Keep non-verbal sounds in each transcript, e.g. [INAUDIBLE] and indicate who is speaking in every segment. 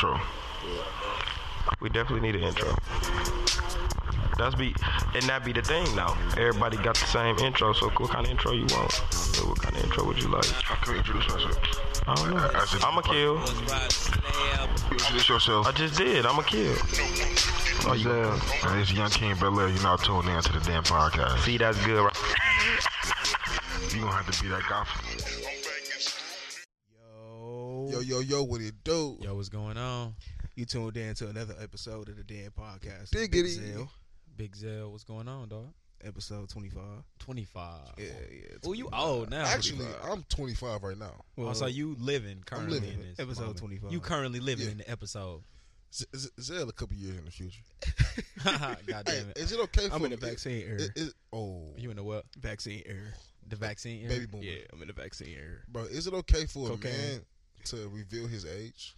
Speaker 1: intro. We definitely need an intro. That's be and that be the thing now. Everybody got the same intro, so what kind of intro you want? So what kind of intro would you like?
Speaker 2: How can we introduce myself?
Speaker 1: I don't know.
Speaker 2: I said-
Speaker 1: I'ma kill.
Speaker 2: You introduce yourself.
Speaker 1: I just did. I'ma kill. Oh yeah.
Speaker 2: And it's Young King Bel Air. You're not tuned in to the damn podcast.
Speaker 1: See, that's good. Right?
Speaker 2: You're gonna have to be that guy. For me.
Speaker 3: Yo, yo, yo, what it do?
Speaker 4: Yo, what's going on?
Speaker 3: You tuned in to another episode of the Dan Podcast.
Speaker 5: Diggity.
Speaker 3: Big Zell,
Speaker 4: Big Zell, what's going on, dog?
Speaker 3: episode 25.
Speaker 4: 25.
Speaker 3: Yeah, yeah.
Speaker 4: Oh, you old now.
Speaker 5: Actually, I'm 25 right now.
Speaker 4: Oh, so you living currently
Speaker 5: living.
Speaker 4: in this
Speaker 3: Episode
Speaker 4: moment.
Speaker 3: 25.
Speaker 4: You currently living
Speaker 5: Yeah.
Speaker 4: in
Speaker 3: [LAUGHS]
Speaker 4: the episode. [LAUGHS]
Speaker 5: Z- Z- Zell a couple years in the future.
Speaker 4: God damn
Speaker 5: Hey,
Speaker 4: it.
Speaker 5: is it okay for
Speaker 3: I'm in the
Speaker 5: i-
Speaker 3: vaccine
Speaker 5: i-
Speaker 3: era.
Speaker 5: is- oh,
Speaker 4: You in the what?
Speaker 3: Vaccine era.
Speaker 4: The vaccine era?
Speaker 5: baby boomer,
Speaker 3: Yeah, I'm in the vaccine era.
Speaker 5: bro. Is it okay for
Speaker 3: Cocaine.
Speaker 5: a man to reveal his age,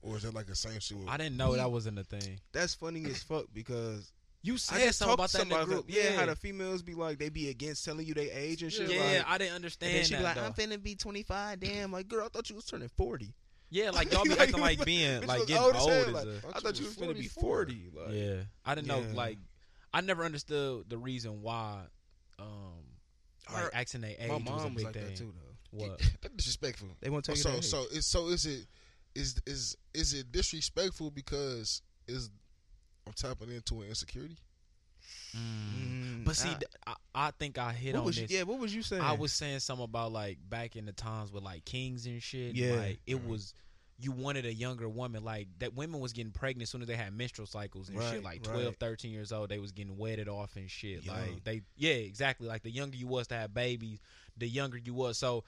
Speaker 5: or is that like the same shit? With,
Speaker 4: I didn't know that wasn't a thing.
Speaker 3: That's funny as fuck because
Speaker 4: You
Speaker 3: I
Speaker 4: said
Speaker 3: just
Speaker 4: something
Speaker 3: talked
Speaker 4: about
Speaker 3: to
Speaker 4: that in the
Speaker 3: somebody.
Speaker 4: group.
Speaker 3: yeah.
Speaker 4: Yeah,
Speaker 3: how the females be like, they be against telling you they age and shit.
Speaker 4: Yeah,
Speaker 3: like,
Speaker 4: I didn't
Speaker 3: and
Speaker 4: understand
Speaker 3: then she be
Speaker 4: that,
Speaker 3: like,
Speaker 4: though.
Speaker 3: I'm finna be 25. Damn, like, girl, I thought you was turning 40.
Speaker 4: Yeah, like y'all
Speaker 3: [LAUGHS]
Speaker 4: be
Speaker 3: Like,
Speaker 4: acting like
Speaker 3: bitch,
Speaker 4: being
Speaker 3: bitch
Speaker 4: like
Speaker 3: was
Speaker 4: getting
Speaker 3: old
Speaker 4: old,
Speaker 3: as hell,
Speaker 4: is
Speaker 3: like,
Speaker 4: a,
Speaker 3: I thought you was finna be 40. Like,
Speaker 4: yeah. I didn't know
Speaker 3: Yeah.
Speaker 4: like I never understood the reason why um like
Speaker 3: Her-
Speaker 4: asking their age
Speaker 3: My
Speaker 4: was a
Speaker 3: mom was
Speaker 4: big
Speaker 3: like
Speaker 4: thing.
Speaker 3: that too, though.
Speaker 4: What?
Speaker 5: That's disrespectful.
Speaker 3: They won't tell you
Speaker 5: so,
Speaker 3: their
Speaker 5: so it's so is it is is is it disrespectful because is I'm tapping into an insecurity?
Speaker 3: Mm,
Speaker 4: But see,
Speaker 3: I-
Speaker 4: th- I, I think I hit
Speaker 3: what
Speaker 4: on
Speaker 3: was
Speaker 4: this.
Speaker 3: you, yeah, what was you saying?
Speaker 4: I was saying something about like back in the times with like kings and shit.
Speaker 3: Yeah.
Speaker 4: like it was you wanted a younger woman. Like that women was getting pregnant as soon as they had menstrual cycles and
Speaker 3: Right,
Speaker 4: shit. Like
Speaker 3: right.
Speaker 4: 12, 13 years old, they was getting wedded off and shit.
Speaker 3: Young.
Speaker 4: Like they, yeah, exactly. Like the younger you was to have babies, the younger you was. So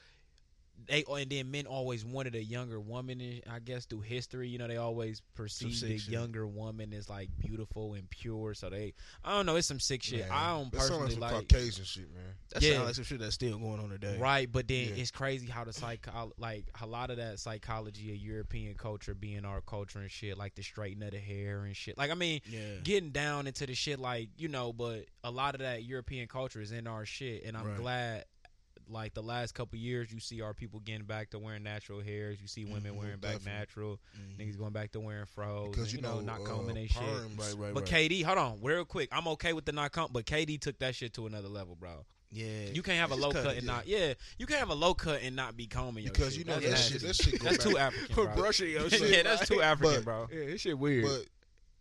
Speaker 4: they and then men always wanted a younger woman. and I guess through history, you know, they always perceive the
Speaker 3: sick shit.
Speaker 4: younger woman as like beautiful and pure. So they, I don't know, it's some sick shit.
Speaker 5: Man,
Speaker 4: I don't
Speaker 5: that sound
Speaker 4: personally
Speaker 5: like, some
Speaker 4: like.
Speaker 5: Caucasian shit, man.
Speaker 3: That
Speaker 4: Yeah.
Speaker 3: sounds like some shit that's still going on today.
Speaker 4: Right, but then
Speaker 5: Yeah.
Speaker 4: it's crazy how the psycho like a lot of that psychology of European culture being our culture and shit, like the straightening of the hair and shit. Like I mean,
Speaker 3: Yeah.
Speaker 4: getting down into the shit like, you know, but a lot of that European culture is in our shit and I'm
Speaker 3: Right.
Speaker 4: glad like the last couple years you see our people getting back to wearing natural hairs, you see women
Speaker 5: Mhm,
Speaker 4: wearing back
Speaker 5: definitely.
Speaker 4: natural,
Speaker 3: Mm-hmm.
Speaker 4: niggas going back to wearing froze,
Speaker 5: Because
Speaker 4: and, you know, not combing
Speaker 5: uh,
Speaker 4: they shit.
Speaker 5: perms,
Speaker 3: Right, right,
Speaker 4: But KD, hold on, real quick. I'm okay with the not comb, but KD took that shit to another level, bro.
Speaker 3: Yeah. [LAUGHS]
Speaker 4: You can't have a
Speaker 3: Just
Speaker 4: low
Speaker 3: cut
Speaker 4: cut
Speaker 3: it,
Speaker 4: and
Speaker 5: yeah.
Speaker 4: not yeah. You can't have a low cut and not be combing your
Speaker 5: Because
Speaker 4: shit.
Speaker 5: you know
Speaker 4: That's
Speaker 5: that
Speaker 4: nasty.
Speaker 5: shit, that shit
Speaker 4: [LAUGHS]
Speaker 5: go
Speaker 4: That's
Speaker 5: back.
Speaker 4: too
Speaker 5: [LAUGHS]
Speaker 4: African.
Speaker 3: For
Speaker 4: bro.
Speaker 3: brushing your shit.
Speaker 4: [LAUGHS] yeah, that's too African,
Speaker 5: But-
Speaker 4: bro.
Speaker 3: Yeah, this shit weird.
Speaker 5: But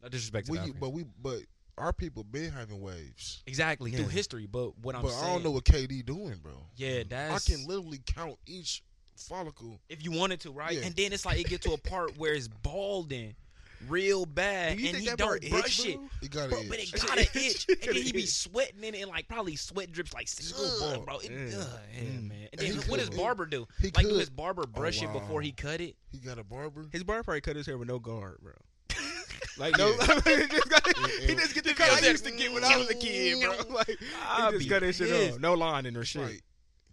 Speaker 4: No disrespect to
Speaker 5: we,
Speaker 4: the Africans.
Speaker 5: but we, but our people been having waves.
Speaker 4: exactly through
Speaker 3: Yeah.
Speaker 4: history. But what I'm
Speaker 5: but
Speaker 4: saying,
Speaker 5: I don't know what KD doing, bro.
Speaker 4: Yeah, that's
Speaker 5: I can literally count each follicle.
Speaker 4: if you wanted to, right?
Speaker 5: Yeah.
Speaker 4: And then it's like it get to a part where it's balding real bad,
Speaker 3: Do you
Speaker 4: and
Speaker 3: think
Speaker 4: he
Speaker 3: that
Speaker 4: don't
Speaker 3: part itch,
Speaker 4: brush it.
Speaker 3: bro?
Speaker 5: It got
Speaker 4: Bro,
Speaker 5: an
Speaker 4: but it
Speaker 5: itch.
Speaker 4: got an
Speaker 5: [LAUGHS]
Speaker 4: itch, and then he be
Speaker 3: Itch.
Speaker 4: sweating in it, and like probably sweat drips like
Speaker 5: Ugh,
Speaker 4: ugh, bro. It,
Speaker 3: yeah.
Speaker 4: ugh, yeah,
Speaker 3: Mm.
Speaker 4: man. And
Speaker 5: He
Speaker 4: then what does
Speaker 5: could-
Speaker 4: barber do?
Speaker 5: he
Speaker 4: Like, do
Speaker 5: could- Oh,
Speaker 4: his barber brush it
Speaker 5: wow.
Speaker 4: before he cut it?
Speaker 5: He got a barber.
Speaker 3: His barber probably cut his hair with no guard,
Speaker 4: [LAUGHS]
Speaker 3: bro. Like no,
Speaker 5: Yeah.
Speaker 3: [LAUGHS] he just got he
Speaker 5: yeah.
Speaker 3: just get the
Speaker 4: This
Speaker 3: cut I
Speaker 4: guy
Speaker 3: used to get when I was a kid, bro. [LAUGHS] Like
Speaker 4: I'd
Speaker 3: he
Speaker 4: be
Speaker 3: just cut his shit
Speaker 4: pissed.
Speaker 3: off, no lining or
Speaker 5: It's
Speaker 3: shit.
Speaker 5: like,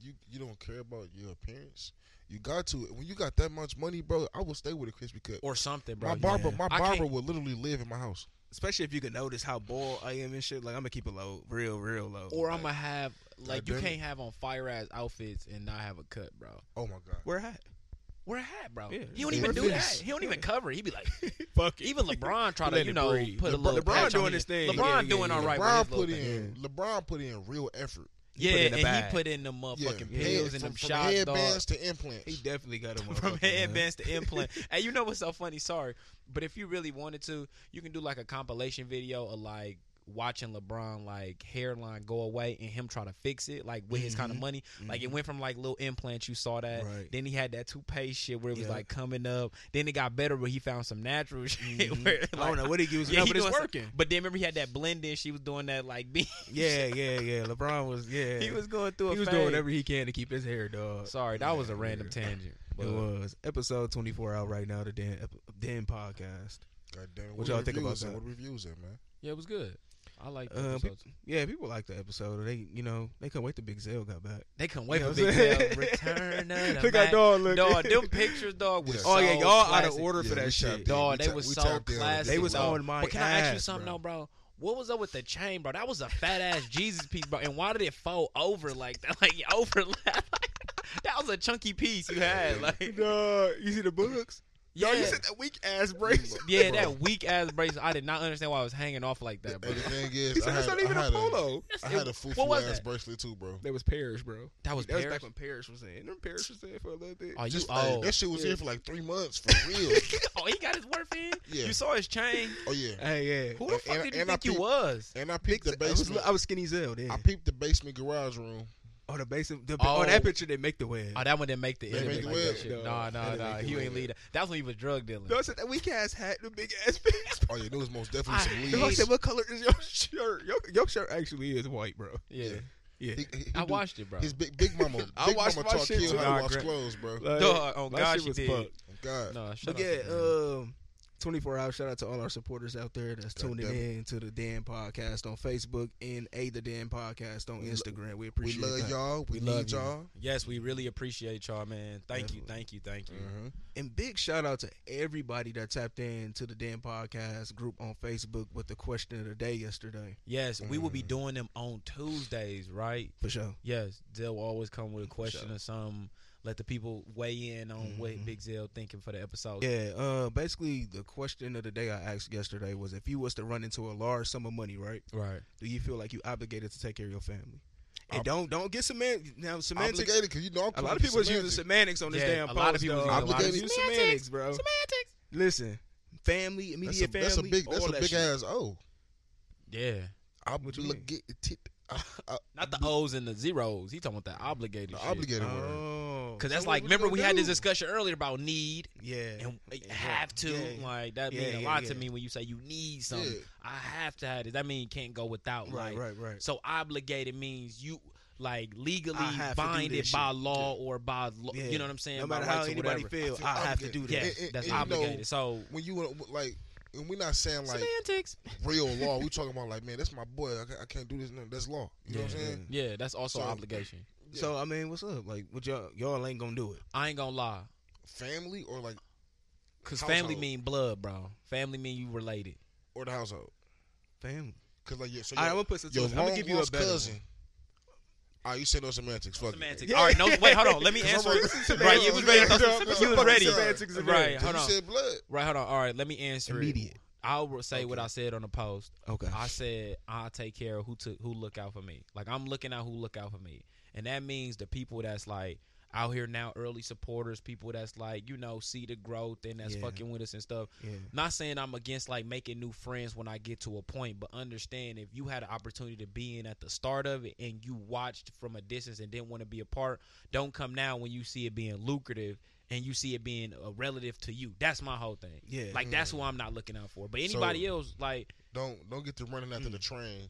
Speaker 5: you you don't care about your appearance. You got to when you got that much money, bro. I will stay with a crispy cut.
Speaker 4: Or something, bro.
Speaker 5: my
Speaker 4: You
Speaker 5: barber,
Speaker 3: yeah.
Speaker 5: my
Speaker 4: I
Speaker 5: barber
Speaker 4: can't-
Speaker 5: will literally live in my house.
Speaker 3: Especially if you can notice how bald I am and shit. Like I'm gonna keep it low, real, real low.
Speaker 4: Or I'm
Speaker 3: like,
Speaker 4: gonna have like
Speaker 5: God
Speaker 4: you
Speaker 5: damn it.
Speaker 4: can't have on fire ass outfits and not have a cut, bro.
Speaker 5: Oh my god.
Speaker 3: wear a
Speaker 4: [LAUGHS]
Speaker 3: hat.
Speaker 4: Wear a hat, bro.
Speaker 3: Yeah.
Speaker 4: he don't
Speaker 5: Yeah.
Speaker 4: even do
Speaker 5: Yeah.
Speaker 4: that. He don't even cover. it. He
Speaker 3: [LAUGHS]
Speaker 4: be like, [LAUGHS]
Speaker 3: Fuck
Speaker 4: even [LAUGHS] LeBron try to
Speaker 3: Let
Speaker 4: you
Speaker 3: it
Speaker 4: know
Speaker 3: breathe.
Speaker 4: put a
Speaker 3: LeBron-
Speaker 4: little.
Speaker 3: LeBron
Speaker 4: patch on
Speaker 3: doing
Speaker 4: it.
Speaker 3: his thing.
Speaker 4: LeBron
Speaker 3: Yeah, yeah,
Speaker 4: doing
Speaker 3: yeah.
Speaker 4: all right.
Speaker 5: LeBron
Speaker 4: with his
Speaker 5: put
Speaker 4: little thing.
Speaker 5: in LeBron put in real effort.
Speaker 3: he put
Speaker 4: yeah,
Speaker 3: in the
Speaker 4: and
Speaker 3: bag.
Speaker 4: he put in them motherfucking
Speaker 5: yeah, Head-
Speaker 4: pills and
Speaker 5: from,
Speaker 4: them
Speaker 5: from
Speaker 4: shots, dog.
Speaker 5: headbands to implants.
Speaker 3: He definitely got him
Speaker 4: [LAUGHS] From headbands to
Speaker 3: [LAUGHS]
Speaker 4: implant. and you know what's so funny? Sorry, but if you really wanted to, you can do like a compilation video of like watching LeBron like hairline go away and him try to fix it like with his kind of
Speaker 3: Mhm.
Speaker 4: money. Like it went from like little implants, you saw that. [LAUGHS]
Speaker 3: Right.
Speaker 4: Then he had that toupee shit where it was
Speaker 3: Yeah.
Speaker 4: like coming up. Then it got better where he found some natural [LAUGHS] shit.
Speaker 3: Mhm.
Speaker 4: Where,
Speaker 3: I don't
Speaker 4: like-
Speaker 3: know what he was
Speaker 4: [LAUGHS] Yeah,
Speaker 3: yeah,
Speaker 4: he
Speaker 3: but it's
Speaker 4: doing some- [LAUGHS]
Speaker 3: working.
Speaker 4: But then remember he had that blending. She was doing that like [LAUGHS] being.
Speaker 3: Yeah, yeah, yeah. LeBron was yeah.
Speaker 4: he was going through.
Speaker 3: he
Speaker 4: a
Speaker 3: was
Speaker 4: phase.
Speaker 3: doing whatever he can to keep his hair, dog.
Speaker 4: Sorry, that was a random tangent. But
Speaker 3: it was episode twenty four out right now. The Dan ep- Dan podcast.
Speaker 5: God damn,
Speaker 3: What y'all think
Speaker 5: reviews at?
Speaker 3: about that?
Speaker 5: What reviews at, man?
Speaker 4: yeah, it was good. I like.
Speaker 3: Uh, Yeah, people like the episode. They, you know, they couldn't wait till Big Zell got back.
Speaker 4: They couldn't wait
Speaker 3: You know
Speaker 4: for
Speaker 3: what
Speaker 4: Big
Speaker 3: I'm
Speaker 4: Zell.
Speaker 3: saying? [LAUGHS]
Speaker 4: Return of the
Speaker 3: Look how
Speaker 4: Mac.
Speaker 3: dog look.
Speaker 4: Dog, them
Speaker 3: [LAUGHS]
Speaker 4: pictures, dog, was
Speaker 5: Yeah.
Speaker 3: oh yeah,
Speaker 4: so
Speaker 3: y'all out of
Speaker 4: classic.
Speaker 5: Yeah,
Speaker 3: order for
Speaker 5: we
Speaker 3: that
Speaker 5: tapped
Speaker 3: shit.
Speaker 5: in.
Speaker 4: Dog,
Speaker 5: We
Speaker 4: they
Speaker 5: tap-
Speaker 4: was
Speaker 5: we
Speaker 4: so
Speaker 5: tapped in on
Speaker 4: classic.
Speaker 5: that.
Speaker 3: They was
Speaker 4: dog.
Speaker 3: on my
Speaker 4: But can I ask you
Speaker 3: ass,
Speaker 4: something
Speaker 3: bro.
Speaker 4: though, bro? What was up with the chain, bro? That was a fat ass Jesus piece, bro. And why did it fold over like that? [LAUGHS] Like overlap. that was a chunky piece you had. Like
Speaker 3: Dog, you see the books? Yo,
Speaker 4: Yeah,
Speaker 3: you said that weak ass
Speaker 4: Mm,
Speaker 3: brace.
Speaker 4: yeah, that weak ass bracelet. I did not understand why I was hanging off like that, bro.
Speaker 5: And the thing
Speaker 3: [LAUGHS] He
Speaker 5: is, I
Speaker 3: said that's
Speaker 5: had,
Speaker 3: not even
Speaker 5: I
Speaker 3: a
Speaker 5: had
Speaker 3: polo.
Speaker 5: I had a
Speaker 4: What
Speaker 5: fufu
Speaker 4: was
Speaker 5: ass
Speaker 4: that?
Speaker 5: bracelet too, bro.
Speaker 3: That was Parrish, bro.
Speaker 4: That was
Speaker 3: That was
Speaker 4: Parrish?
Speaker 3: back when Parrish was in. Remember Parrish was in for a little bit.
Speaker 4: Oh, you
Speaker 5: Just like,
Speaker 4: old.
Speaker 5: that shit was here for like three months for real.
Speaker 4: [LAUGHS] oh, he got his worth in.
Speaker 5: Yeah.
Speaker 4: You saw his chain.
Speaker 5: oh yeah,
Speaker 3: Hey, yeah.
Speaker 4: Who the
Speaker 5: And-
Speaker 4: fuck
Speaker 5: and-
Speaker 4: did you
Speaker 5: and I
Speaker 4: think you
Speaker 5: peeped-
Speaker 4: was?
Speaker 5: and I peeped the
Speaker 3: I was,
Speaker 5: basement.
Speaker 3: I was skinny Zell then.
Speaker 5: I peeped the basement garage room.
Speaker 3: Oh, the basement. The,
Speaker 4: Oh.
Speaker 3: oh. that picture didn't make the web.
Speaker 4: Oh, that one didn't make the
Speaker 5: They
Speaker 4: end.
Speaker 5: make
Speaker 4: Like
Speaker 5: the
Speaker 4: that
Speaker 5: web.
Speaker 4: shit.
Speaker 3: No,
Speaker 4: Nah, nah,
Speaker 5: they didn't
Speaker 4: nah.
Speaker 5: make the
Speaker 4: He ain't
Speaker 5: web.
Speaker 4: lead. that. That's when he was drug dealing.
Speaker 3: No, I said that weak ass hat, the big ass pants.
Speaker 5: Oh yeah, there was most
Speaker 4: I
Speaker 5: definitely some
Speaker 3: No, I
Speaker 5: leaves.
Speaker 3: said, what color is your shirt? Your, your shirt actually is white, bro.
Speaker 4: Yeah.
Speaker 5: Yeah.
Speaker 3: Yeah.
Speaker 5: He- he- he
Speaker 4: I
Speaker 5: do-
Speaker 4: watched it, bro.
Speaker 5: His big big mama. Big
Speaker 3: I watched
Speaker 5: mama
Speaker 3: my
Speaker 5: taught
Speaker 3: shit
Speaker 5: Kill
Speaker 3: too.
Speaker 5: how
Speaker 4: Nah,
Speaker 5: to wash
Speaker 4: gra-
Speaker 5: clothes, bro.
Speaker 3: Like,
Speaker 4: Duh, oh,
Speaker 3: my
Speaker 4: God,
Speaker 3: shit
Speaker 4: she
Speaker 3: was
Speaker 4: did.
Speaker 3: fucked.
Speaker 5: God,
Speaker 4: No, shut
Speaker 3: But
Speaker 4: up.
Speaker 3: yeah, um, 24 hours. Shout out to all our supporters out there that's
Speaker 5: God
Speaker 3: tuning
Speaker 5: damn it.
Speaker 3: in to the Dan Podcast on Facebook and A the Dan Podcast on Instagram. We
Speaker 5: we
Speaker 3: appreciate
Speaker 5: love
Speaker 3: that.
Speaker 5: y'all. We,
Speaker 4: We love
Speaker 5: need
Speaker 4: you.
Speaker 5: y'all.
Speaker 4: yes, we really appreciate y'all, man. Thank you,
Speaker 3: Definitely.
Speaker 4: thank you, thank you.
Speaker 5: Mhm.
Speaker 3: And big shout out to everybody that tapped in to the Dan Podcast group on Facebook with the question of the day yesterday.
Speaker 4: Yes, we will be doing them on Tuesdays, right?
Speaker 3: For sure.
Speaker 4: Yes, Zell will always come with a question or something. Let the people weigh in on what Big Zell thinking for the episode.
Speaker 3: Yeah, uh basically the question of the day I asked yesterday was if you was to run into a large sum of money, right?
Speaker 4: Right.
Speaker 3: Do you feel like you obligated to take care of your family? And don't don't get semant now semantics.
Speaker 5: Obligated because you know I'm
Speaker 3: A
Speaker 5: cool
Speaker 3: lot of
Speaker 5: with
Speaker 3: people is using
Speaker 5: semantics.
Speaker 3: semantics on this
Speaker 4: Yeah,
Speaker 3: damn
Speaker 4: a
Speaker 3: post.
Speaker 4: lot of people
Speaker 3: dog.
Speaker 4: is using a lot
Speaker 5: of
Speaker 3: Obligated
Speaker 5: semantics.
Speaker 3: semantics, bro.
Speaker 4: Semantics.
Speaker 3: Listen, family,
Speaker 5: That's
Speaker 3: immediate
Speaker 5: a, that's a
Speaker 3: family,
Speaker 5: big
Speaker 3: all
Speaker 5: that's a
Speaker 3: that
Speaker 5: big
Speaker 3: shit.
Speaker 5: ass oh.
Speaker 4: Yeah.
Speaker 5: I'm
Speaker 3: What you mean?
Speaker 4: Not the O's and the zeros. He talking about the obligated. shit.
Speaker 5: obligated word.
Speaker 3: Oh,
Speaker 4: Cause
Speaker 3: so
Speaker 4: that's
Speaker 3: what
Speaker 4: like,
Speaker 3: we
Speaker 4: remember
Speaker 3: gonna
Speaker 4: we had this
Speaker 3: do?
Speaker 4: discussion earlier about need
Speaker 3: Yeah,
Speaker 4: and
Speaker 3: Yeah.
Speaker 4: have to.
Speaker 3: Yeah.
Speaker 4: Like that
Speaker 3: Yeah,
Speaker 4: means a
Speaker 3: yeah,
Speaker 4: lot
Speaker 3: yeah.
Speaker 4: to me when you say you need something.
Speaker 5: Yeah.
Speaker 4: I have to have it. That mean you can't go without.
Speaker 3: right,
Speaker 4: like,
Speaker 3: right, right.
Speaker 4: So obligated means you like legally
Speaker 3: I have to do
Speaker 4: binded
Speaker 3: this
Speaker 4: by
Speaker 3: shit.
Speaker 4: law or by lo-
Speaker 3: Yeah.
Speaker 4: you know what I'm saying.
Speaker 3: No
Speaker 4: by
Speaker 3: matter
Speaker 4: rights
Speaker 3: how
Speaker 4: or
Speaker 3: anybody
Speaker 4: whatever.
Speaker 3: feel,
Speaker 5: feel
Speaker 3: I, have to do
Speaker 5: obligated.
Speaker 3: that.
Speaker 4: Yeah,
Speaker 5: And- and-
Speaker 3: [LAUGHS]
Speaker 5: and
Speaker 4: that's
Speaker 5: you know,
Speaker 4: obligated. so
Speaker 5: When you like, and we're not saying like
Speaker 4: semantics.
Speaker 5: real law. We talking about like, man, that's my boy. I, ca- I can't do this. No, that's law. You know what I'm
Speaker 3: Yeah.
Speaker 5: saying?
Speaker 4: Yeah, that's also
Speaker 5: So-
Speaker 4: obligation.
Speaker 5: Yeah.
Speaker 3: So I mean, what's up? Like, what y'all y'all ain't gonna do it?
Speaker 4: I ain't gonna lie,
Speaker 5: Family or like,
Speaker 4: cause family
Speaker 5: Household.
Speaker 4: mean blood, bro. Family mean you related.
Speaker 5: or the household.
Speaker 3: Family.
Speaker 5: Cause like, yeah, so
Speaker 3: All right, I'm
Speaker 5: your-
Speaker 3: gonna put some.
Speaker 5: your
Speaker 3: I'm gonna
Speaker 5: long
Speaker 3: give you a
Speaker 5: lost
Speaker 3: better
Speaker 5: cousin.
Speaker 3: one.
Speaker 5: Ah, you said no semantics. Fuck it.
Speaker 4: Semantics.
Speaker 3: Yeah.
Speaker 4: All right, no, wait, hold on. Let
Speaker 5: [LAUGHS]
Speaker 4: me
Speaker 5: 'Cause I'm
Speaker 4: answer.
Speaker 5: like-
Speaker 4: it. Right, you was ready. to throw some-
Speaker 5: That's
Speaker 4: You was
Speaker 5: fucking
Speaker 4: ready.
Speaker 5: semantics
Speaker 3: in there.
Speaker 4: Right,
Speaker 5: 'Cause
Speaker 4: hold
Speaker 5: you
Speaker 4: on.
Speaker 5: said blood.
Speaker 4: Right, hold on. All right, let me answer it.
Speaker 3: Immediate.
Speaker 4: I will say what
Speaker 5: Okay.
Speaker 4: I said on the post.
Speaker 3: Okay.
Speaker 4: I said I take care of who took who look out for me. Like I'm looking out who look out for me, and that means the people that's like out here now, early supporters, people that's like you know see the growth and that's
Speaker 3: Yeah.
Speaker 4: fucking with us and stuff.
Speaker 3: Yeah.
Speaker 4: Not saying I'm against like making new friends when I get to a point, but understand if you had an opportunity to be in at the start of it and you watched from a distance and didn't want to be a part, don't come now when you see it being lucrative and you see it being a relative to you. That's my whole thing.
Speaker 3: Yeah. Mm-hmm.
Speaker 4: Like that's who I'm not looking out for. But anybody else, like
Speaker 5: Don't don't get to running after the train.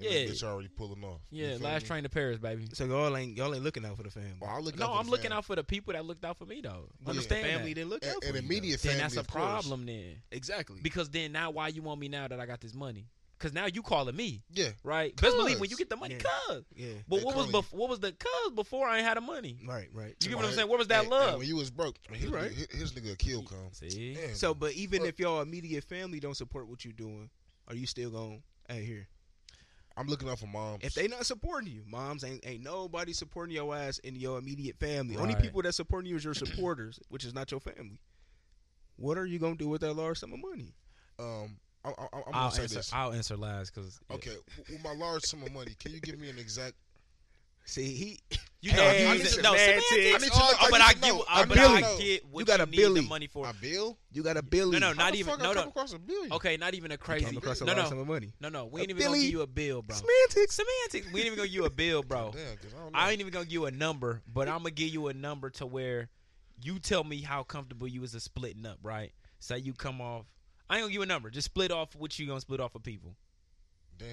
Speaker 5: And
Speaker 4: Mm. Yeah.
Speaker 5: the bitch already pulling off. You
Speaker 4: yeah,
Speaker 5: feel
Speaker 4: last
Speaker 5: me?
Speaker 4: train to Paris, baby.
Speaker 3: So y'all ain't y'all ain't looking out for the family.
Speaker 5: Well, I look
Speaker 4: No,
Speaker 5: out for
Speaker 4: I'm
Speaker 5: the
Speaker 4: looking
Speaker 5: family.
Speaker 4: out for the people that looked out for me though.
Speaker 5: Yeah.
Speaker 4: Understand
Speaker 3: family
Speaker 4: that.
Speaker 3: didn't look out
Speaker 5: And,
Speaker 3: for
Speaker 5: and
Speaker 3: you, though.
Speaker 5: immediate
Speaker 4: Then
Speaker 5: family.
Speaker 4: that's a
Speaker 5: of course.
Speaker 4: problem then.
Speaker 3: Exactly.
Speaker 4: Because then now why you want me now that I got this money? Cause now you calling me,
Speaker 5: Yeah.
Speaker 4: right? Best believe
Speaker 5: Cuz.
Speaker 4: when you get the money,
Speaker 3: Yeah.
Speaker 4: cuz.
Speaker 3: yeah.
Speaker 4: But
Speaker 5: They
Speaker 4: what was
Speaker 5: calling
Speaker 4: bef- what was the cuz before I ain't had the money?
Speaker 3: Right. Right.
Speaker 4: You get what I'm
Speaker 5: Right.
Speaker 4: saying? Where was that
Speaker 5: And- and
Speaker 4: love?
Speaker 5: when you was broke, his,
Speaker 3: You right.
Speaker 5: his, his nigga kill come.
Speaker 4: See,
Speaker 5: Damn.
Speaker 3: So, but even
Speaker 5: Look.
Speaker 3: if y'all immediate family don't support what you're doing, are you still going? Hey, here.
Speaker 5: I'm looking out for moms.
Speaker 3: If they not supporting you, moms ain't ain't nobody supporting your ass in your immediate family. Only
Speaker 4: Right.
Speaker 3: people that supporting you is your supporters, which is not your family. What are you gonna do with that large sum of money?
Speaker 5: um, I, I, I'm gonna
Speaker 4: I'll
Speaker 5: say
Speaker 4: answer.
Speaker 5: this.
Speaker 4: I'll answer last because
Speaker 5: okay, w- with my large sum of money, can you give me an exact?
Speaker 3: See, he
Speaker 4: you know,
Speaker 3: Hey,
Speaker 4: you
Speaker 5: I
Speaker 4: need
Speaker 5: need
Speaker 4: to-
Speaker 5: to-
Speaker 4: no
Speaker 3: semantics.
Speaker 4: semantics.
Speaker 5: I need to
Speaker 4: oh,
Speaker 5: know- I
Speaker 4: but
Speaker 5: need
Speaker 4: I
Speaker 5: to
Speaker 4: get,
Speaker 5: know.
Speaker 4: I,
Speaker 5: A
Speaker 4: but I
Speaker 3: billion.
Speaker 4: get what you,
Speaker 3: You got a
Speaker 4: need
Speaker 3: billion.
Speaker 4: the money for.
Speaker 5: A bill?
Speaker 3: you got a billion.
Speaker 4: No, no,
Speaker 5: How
Speaker 4: not
Speaker 5: the
Speaker 4: even.
Speaker 5: fuck
Speaker 4: No,
Speaker 5: I come
Speaker 4: no.
Speaker 5: across a billion.
Speaker 4: Okay, not even a crazy.
Speaker 3: came across a
Speaker 4: no,
Speaker 3: large
Speaker 4: no,
Speaker 3: sum of money.
Speaker 4: no, no. We
Speaker 3: A
Speaker 4: ain't even gonna
Speaker 3: billy.
Speaker 4: give you a bill, bro.
Speaker 3: Semantics.
Speaker 4: Semantics. We ain't even gonna give you a
Speaker 3: [LAUGHS]
Speaker 4: bill, bro.
Speaker 5: Damn, 'cause I don't know.
Speaker 4: I ain't even gonna give you a number, but I'm gonna give you a number to where you tell me how comfortable you is a splitting up, right? Say you come off. I ain't gonna give you a number. Just split off what you gonna split off of people.
Speaker 5: Damn.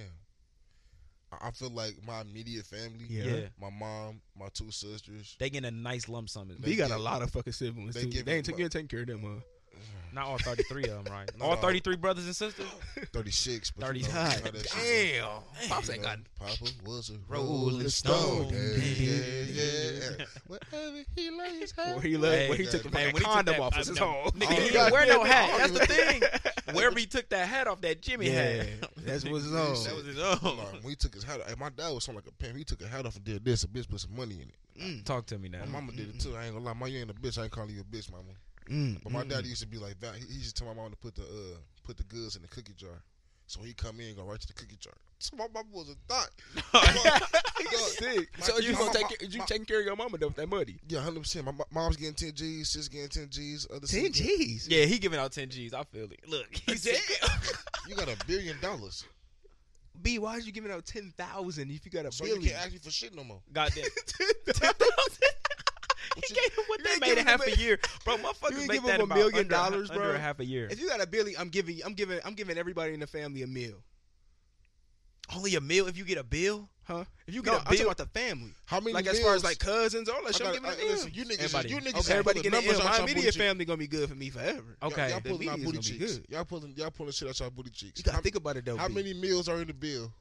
Speaker 5: I I feel like my immediate family.
Speaker 3: Yeah.
Speaker 4: Yeah.
Speaker 5: My mom, my two sisters.
Speaker 4: They getting a nice lump sum.
Speaker 5: They
Speaker 3: You got a
Speaker 5: give-
Speaker 3: lot of fucking siblings.
Speaker 5: they
Speaker 3: too.
Speaker 5: give
Speaker 3: They ain't
Speaker 5: him
Speaker 3: took you ain't taking care of them, huh?
Speaker 4: Not all 33 of
Speaker 3: [LAUGHS]
Speaker 4: them, right?
Speaker 5: No.
Speaker 4: All 33 brothers and sisters?
Speaker 5: Thirty six.
Speaker 4: Thirty-
Speaker 3: God
Speaker 5: Damn.
Speaker 3: Pops ain't got.
Speaker 5: Papa was a
Speaker 4: Rolling
Speaker 5: rolling
Speaker 4: Stone.
Speaker 5: stone. Yeah, yeah,
Speaker 4: [LAUGHS]
Speaker 5: yeah. Whatever he lays
Speaker 3: Where
Speaker 5: hand.
Speaker 3: he left, where he
Speaker 5: Hey,
Speaker 3: took the
Speaker 5: man,
Speaker 3: fucking
Speaker 4: when he took
Speaker 3: condom
Speaker 4: that-
Speaker 3: off
Speaker 4: I [LAUGHS]
Speaker 3: was his
Speaker 4: know.
Speaker 3: home. Oh,
Speaker 4: Nigga, he didn't wear no hat. That's the thing.
Speaker 3: [LAUGHS]
Speaker 4: Wherever he took that hat off, that Jimmy
Speaker 3: Yeah, Oh.
Speaker 4: hat.
Speaker 3: that's
Speaker 4: Nigga,
Speaker 3: what's his
Speaker 4: [LAUGHS] that
Speaker 3: own.
Speaker 4: was his
Speaker 5: Hold on,
Speaker 4: own.
Speaker 5: When he took his hat off, hey, my dad was something like a pimp. He took a hat off and did this. A bitch put some money in it.
Speaker 3: Mm,
Speaker 4: Talk to me now.
Speaker 5: My mama did it too. I ain't gonna lie. My you ain't a bitch. I ain't calling you a bitch, mama.
Speaker 3: Mm,
Speaker 5: But my [LAUGHS]
Speaker 3: mm,
Speaker 5: daddy used to be like that. He, he used to tell my mom to put the uh, put the goods in the cookie jar. So he come in and go right to the cookie jar. So my mom was a
Speaker 3: [LAUGHS]
Speaker 5: thought.
Speaker 6: So you gonna take
Speaker 5: it?
Speaker 6: care- you taking care of your mama though with that money?
Speaker 5: Yeah, hundred percent. My mo- mom's getting ten G's, sis getting ten G's, other sis
Speaker 3: Ten
Speaker 5: getting-
Speaker 3: G's.
Speaker 4: Yeah, he giving out ten G's. I feel it. Look, he said, [LAUGHS]
Speaker 5: You got a billion
Speaker 3: [LAUGHS]
Speaker 5: dollars,
Speaker 3: B, why is you giving out ten thousand if you got a
Speaker 5: so you
Speaker 3: billion?
Speaker 5: can't ask me for shit no more.
Speaker 3: [LAUGHS]
Speaker 4: "Goddamn,
Speaker 3: $10,000? [LAUGHS]
Speaker 4: he
Speaker 5: What you-
Speaker 4: gave him what
Speaker 3: you
Speaker 4: they
Speaker 3: ain't
Speaker 4: made a
Speaker 3: giving
Speaker 4: half
Speaker 3: him
Speaker 4: a
Speaker 3: a-
Speaker 4: year, [LAUGHS] bro.
Speaker 3: you
Speaker 4: Motherfuckers
Speaker 3: ain't
Speaker 4: make
Speaker 3: give him
Speaker 4: that
Speaker 3: a
Speaker 4: about
Speaker 3: million
Speaker 4: under
Speaker 3: dollars,
Speaker 4: under
Speaker 3: bro.
Speaker 4: a half a year.
Speaker 3: If you got a billion, I'm giving you. I'm giving. I'm giving everybody in the family a meal.
Speaker 4: Only a meal if you get a bill.
Speaker 3: Huh? If you
Speaker 4: get
Speaker 3: no,
Speaker 4: a
Speaker 3: I'm talking
Speaker 4: bill-
Speaker 3: about the family.
Speaker 5: How many?
Speaker 3: Like
Speaker 5: meals?
Speaker 3: as far as like cousins, all
Speaker 5: I
Speaker 3: that shit. I'm
Speaker 5: gotta-
Speaker 3: giving
Speaker 5: I-
Speaker 3: a meal.
Speaker 5: listen, you niggas, is,
Speaker 4: Everybody.
Speaker 5: you niggas,
Speaker 3: Okay,
Speaker 5: is
Speaker 3: everybody
Speaker 5: pulling
Speaker 3: getting
Speaker 5: numbers out
Speaker 3: ill. My
Speaker 5: y'all booty
Speaker 3: immediate
Speaker 5: cheeks.
Speaker 3: family gonna be good for me forever.
Speaker 4: Okay,
Speaker 5: Y'all, y'all
Speaker 3: The
Speaker 5: pulling out
Speaker 3: media's
Speaker 5: booty
Speaker 3: gonna be
Speaker 5: cheeks.
Speaker 3: good.
Speaker 5: Y'all pulling, y'all pulling shit out y'all booty cheeks.
Speaker 3: You gotta
Speaker 5: How-
Speaker 3: think about it though.
Speaker 5: How
Speaker 3: B.
Speaker 5: many meals are in the bill?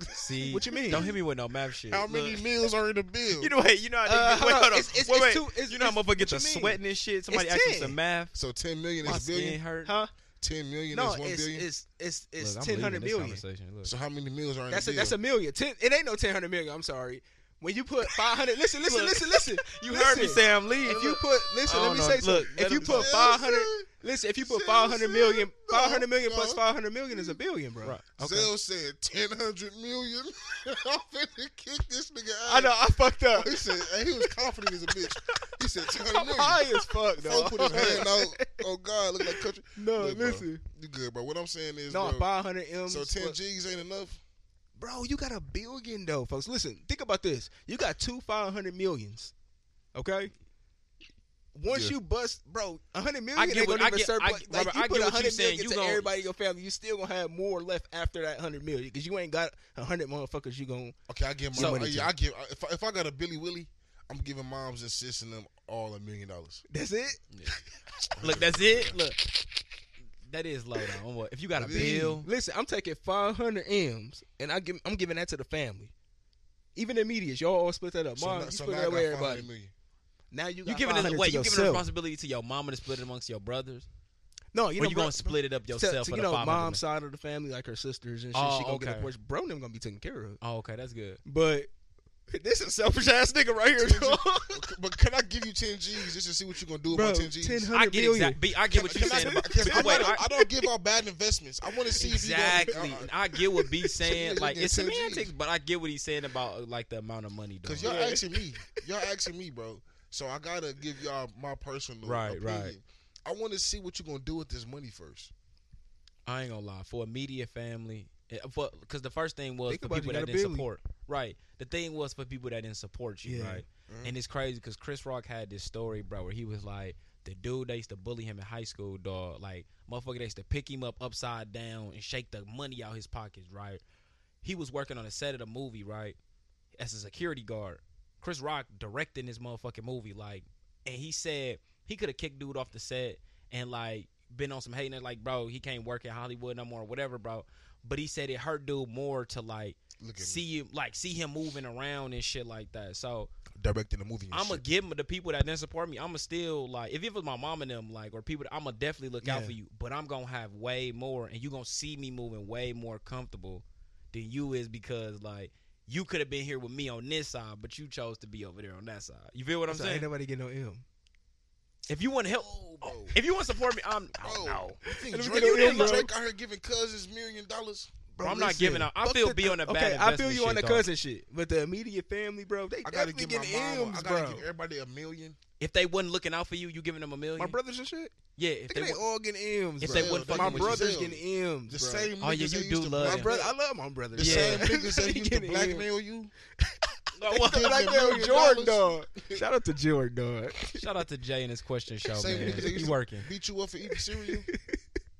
Speaker 4: See,
Speaker 3: What you mean?
Speaker 4: Don't hit me with no math shit.
Speaker 5: How many
Speaker 4: Look.
Speaker 5: meals are in the
Speaker 3: [LAUGHS]
Speaker 5: bill?
Speaker 4: You know, hey, you know how they
Speaker 3: Uh,
Speaker 4: get- [LAUGHS]
Speaker 3: hold
Speaker 4: wait,
Speaker 3: on.
Speaker 4: hold on.
Speaker 3: It's- it's-
Speaker 4: wait,
Speaker 3: it's
Speaker 4: wait.
Speaker 3: too- it's-
Speaker 4: you know how
Speaker 3: it's- what
Speaker 4: motherfuckers get the
Speaker 3: you mean?
Speaker 4: sweating and shit. Somebody
Speaker 3: It's
Speaker 4: asked me
Speaker 3: 10.
Speaker 4: some math.
Speaker 5: so ten million
Speaker 4: My
Speaker 5: is
Speaker 4: skin
Speaker 5: billion.
Speaker 4: hurt.
Speaker 3: Huh?
Speaker 5: Ten million
Speaker 3: No,
Speaker 5: is one
Speaker 3: it's
Speaker 5: billion.
Speaker 3: it's it's it's
Speaker 4: Look, I'm
Speaker 3: ten hundred
Speaker 4: leaving
Speaker 3: million.
Speaker 4: this conversation. Look.
Speaker 5: So how many meals are in
Speaker 3: That's
Speaker 5: the
Speaker 3: a
Speaker 5: bill?
Speaker 3: that's a million. Ten. It ain't no ten hundred million. I'm sorry. When you put five hundred, listen, listen, listen, listen.
Speaker 4: You
Speaker 3: listen.
Speaker 4: heard me say I'm leaving.
Speaker 3: If you put listen, let
Speaker 4: I don't
Speaker 3: me
Speaker 4: know.
Speaker 3: say something.
Speaker 4: Look,
Speaker 3: if
Speaker 4: let
Speaker 3: you
Speaker 4: him
Speaker 3: put
Speaker 4: talk.
Speaker 3: five hundred, listen, if you put
Speaker 5: Sam
Speaker 3: five hundred
Speaker 5: said
Speaker 3: million,
Speaker 5: no,
Speaker 3: five hundred million plus
Speaker 5: no.
Speaker 3: five hundred million is a billion, bro.
Speaker 4: Right. Okay.
Speaker 5: Zell said ten hundred million. [LAUGHS] I'm finna kick this nigga out.
Speaker 3: I know I
Speaker 5: [LAUGHS]
Speaker 3: fucked up.
Speaker 5: He said and he was confident as a bitch. He said ten
Speaker 3: I'm
Speaker 5: hundred
Speaker 3: high
Speaker 5: million.
Speaker 3: as fuck,
Speaker 5: Bro
Speaker 3: though.
Speaker 5: put his
Speaker 3: [LAUGHS]
Speaker 5: hand out. Oh God, look like country.
Speaker 3: No,
Speaker 5: Look, bro,
Speaker 3: listen.
Speaker 5: you good, bro? What I'm saying is,
Speaker 3: No,
Speaker 5: bro,
Speaker 3: 500 M's.
Speaker 5: so ten
Speaker 3: but-
Speaker 5: G's ain't enough.
Speaker 3: Bro, you got a billion, though, folks. Listen, think about this. You got two 500 millions, okay? Once
Speaker 5: Yeah.
Speaker 3: you bust, bro, 100 million
Speaker 4: I get
Speaker 3: ain't
Speaker 4: what-
Speaker 3: gonna
Speaker 4: I
Speaker 3: even
Speaker 4: get-
Speaker 3: serve.
Speaker 4: I-
Speaker 3: like,
Speaker 4: Robert,
Speaker 3: you
Speaker 4: I
Speaker 3: put
Speaker 4: get what
Speaker 3: 100
Speaker 4: you're saying.
Speaker 3: million
Speaker 4: You
Speaker 3: to
Speaker 4: gon-
Speaker 3: everybody in your family, you still gonna have more left after that 100 million because you ain't got 100 motherfuckers you gonna.
Speaker 5: Okay, I give
Speaker 3: So-
Speaker 5: mom. yeah, I give. If I, if I got a Billy Willie, I'm giving moms and sis and them all a million dollars.
Speaker 3: That's it?
Speaker 4: Look, that's it. Look, that is low. Though. I'm what- If you got a
Speaker 5: It is.
Speaker 4: bill,
Speaker 3: Listen, I'm taking 500 M's and I give, I'm giving that to the family. Even the medias, y'all all split that up. Mom, you split
Speaker 5: now
Speaker 3: that
Speaker 5: I got
Speaker 3: away, everybody.
Speaker 5: 500 million.
Speaker 3: Now you got
Speaker 4: you giving it
Speaker 3: 500
Speaker 4: away.
Speaker 3: to
Speaker 4: You giving the
Speaker 3: yourself.
Speaker 4: responsibility to your mama to split it amongst your brothers.
Speaker 3: No, you
Speaker 4: or
Speaker 3: know,
Speaker 4: you
Speaker 3: bro-
Speaker 4: gonna split it up
Speaker 3: to-
Speaker 4: yourself
Speaker 3: to,
Speaker 4: for
Speaker 3: you
Speaker 4: the
Speaker 3: know,
Speaker 4: five
Speaker 3: mom's
Speaker 4: hundred?
Speaker 3: side of the family, like her sisters and shit.
Speaker 4: Oh,
Speaker 3: she gonna get a
Speaker 4: okay.
Speaker 3: portion. Bro, them gonna be taken care of.
Speaker 4: Oh, okay,
Speaker 3: [LAUGHS]
Speaker 4: that's good.
Speaker 3: But this is selfish ass nigga right
Speaker 4: [LAUGHS]
Speaker 3: here. dog.
Speaker 5: But can I give you ten G's just to see what you gonna do
Speaker 3: Bro,
Speaker 5: with my ten G's?
Speaker 3: ten
Speaker 4: I
Speaker 3: hundred
Speaker 4: get
Speaker 3: million.
Speaker 4: exactly. I get what you're
Speaker 5: Can I-
Speaker 4: saying. about-
Speaker 5: because I'm
Speaker 4: [LAUGHS] Wait,
Speaker 5: not-
Speaker 4: I-
Speaker 5: I don't give out bad investments. I want to see if
Speaker 4: Exactly.
Speaker 5: you
Speaker 4: And I get
Speaker 3: [LAUGHS]
Speaker 4: what B's saying.
Speaker 5: Nigga
Speaker 4: Like it's
Speaker 5: get 10 G's.
Speaker 4: semantics, but I get what he's saying about uh, like the amount of money.
Speaker 5: because
Speaker 4: dog.
Speaker 5: y'all asking me, y'all asking me, bro. So I gotta give y'all my personal
Speaker 4: Right, right.
Speaker 5: opinion. I want to see what you gonna do with this money first.
Speaker 4: I ain't gonna lie. For a media family, because the first thing was
Speaker 3: Think
Speaker 4: for
Speaker 3: about it,
Speaker 4: people
Speaker 3: you
Speaker 4: that
Speaker 3: got a
Speaker 4: didn't
Speaker 3: billion.
Speaker 4: support. Right. The thing was for people that didn't support you.
Speaker 3: Yeah.
Speaker 4: Right.
Speaker 5: Mhm.
Speaker 4: And it's crazy because Chris Rock had this story, bro, where he was like the dude that used to bully him in high school, dog. Like motherfucker, they used to pick him up upside down and shake the money out his pockets. Right. He was working on a set of the movie, right, as a security guard. Chris Rock directing this motherfucking movie, like, and he said he could have kicked dude off the set and like been on some hating it, like, bro, he can't work in Hollywood no more, or whatever, bro. But he said it hurt dude more to like
Speaker 5: Look at
Speaker 4: see you, like see him moving around and shit like that. So
Speaker 5: me directing the movie. And
Speaker 4: I'm
Speaker 5: shit.
Speaker 4: gonna give him the people that didn't support me. I'm gonna still like if it was my mom and them, like, or people, I'm gonna definitely look out
Speaker 3: Yeah.
Speaker 4: for you. But I'm gonna have way more, and you gonna see me moving way more comfortable than you is because like. You could have been here with me on this side, but you chose to be over there on that side. You feel what I'm
Speaker 3: So
Speaker 4: saying?
Speaker 3: ain't nobody get no M.
Speaker 4: If you want to help,
Speaker 5: bro.
Speaker 4: if you want to support me, I'm. I
Speaker 5: Bro,
Speaker 4: don't know.
Speaker 5: you think
Speaker 4: Let me
Speaker 5: Drake,
Speaker 4: get
Speaker 5: you
Speaker 4: it in,
Speaker 5: think
Speaker 4: bro.
Speaker 5: Drake out here giving cousins million dollars?
Speaker 4: Bro, I'm not giving out. I feel
Speaker 3: [LAUGHS]
Speaker 4: be on the bad.
Speaker 3: Okay, I feel
Speaker 4: investment
Speaker 3: you on the
Speaker 4: shit,
Speaker 3: cousin shit, but the immediate family, bro, they
Speaker 5: I gotta
Speaker 3: definitely
Speaker 5: give my
Speaker 3: get
Speaker 5: mom.
Speaker 3: M's,
Speaker 5: I gotta
Speaker 3: bro.
Speaker 5: give everybody a million.
Speaker 4: dog. If they wasn't looking out for you, you giving them a million.
Speaker 3: My brothers and shit,
Speaker 4: yeah, if
Speaker 3: they,
Speaker 4: they,
Speaker 3: they
Speaker 4: wa-
Speaker 3: all getting M's.
Speaker 4: if
Speaker 3: bro.
Speaker 4: they wasn't
Speaker 5: But
Speaker 4: fucking
Speaker 3: my
Speaker 4: with you.
Speaker 3: brothers
Speaker 5: Giselle.
Speaker 3: getting M's.
Speaker 5: The
Speaker 3: bro.
Speaker 5: same
Speaker 4: Oh, yeah,
Speaker 5: niggas
Speaker 4: you
Speaker 5: that
Speaker 4: do
Speaker 5: used to
Speaker 4: love
Speaker 5: black-
Speaker 3: My
Speaker 4: Yeah.
Speaker 3: brother, I love my brothers.
Speaker 5: The same
Speaker 4: Yeah.
Speaker 5: niggas [LAUGHS]
Speaker 3: [LAUGHS]
Speaker 5: that used to
Speaker 3: Getting M's.
Speaker 5: blackmail you.
Speaker 4: [LAUGHS] Oh, well,
Speaker 5: Give them a
Speaker 3: Blackmail
Speaker 5: million
Speaker 3: Jordan, dog.
Speaker 5: dollars.
Speaker 3: Shout out to Jordan, dog.
Speaker 4: [LAUGHS]
Speaker 3: [LAUGHS]
Speaker 4: shout out to Jay and his question show,
Speaker 5: Same
Speaker 4: man.
Speaker 5: niggas that
Speaker 4: He
Speaker 5: used to
Speaker 4: working.
Speaker 5: beat you up for eating
Speaker 3: [LAUGHS]
Speaker 5: cereal.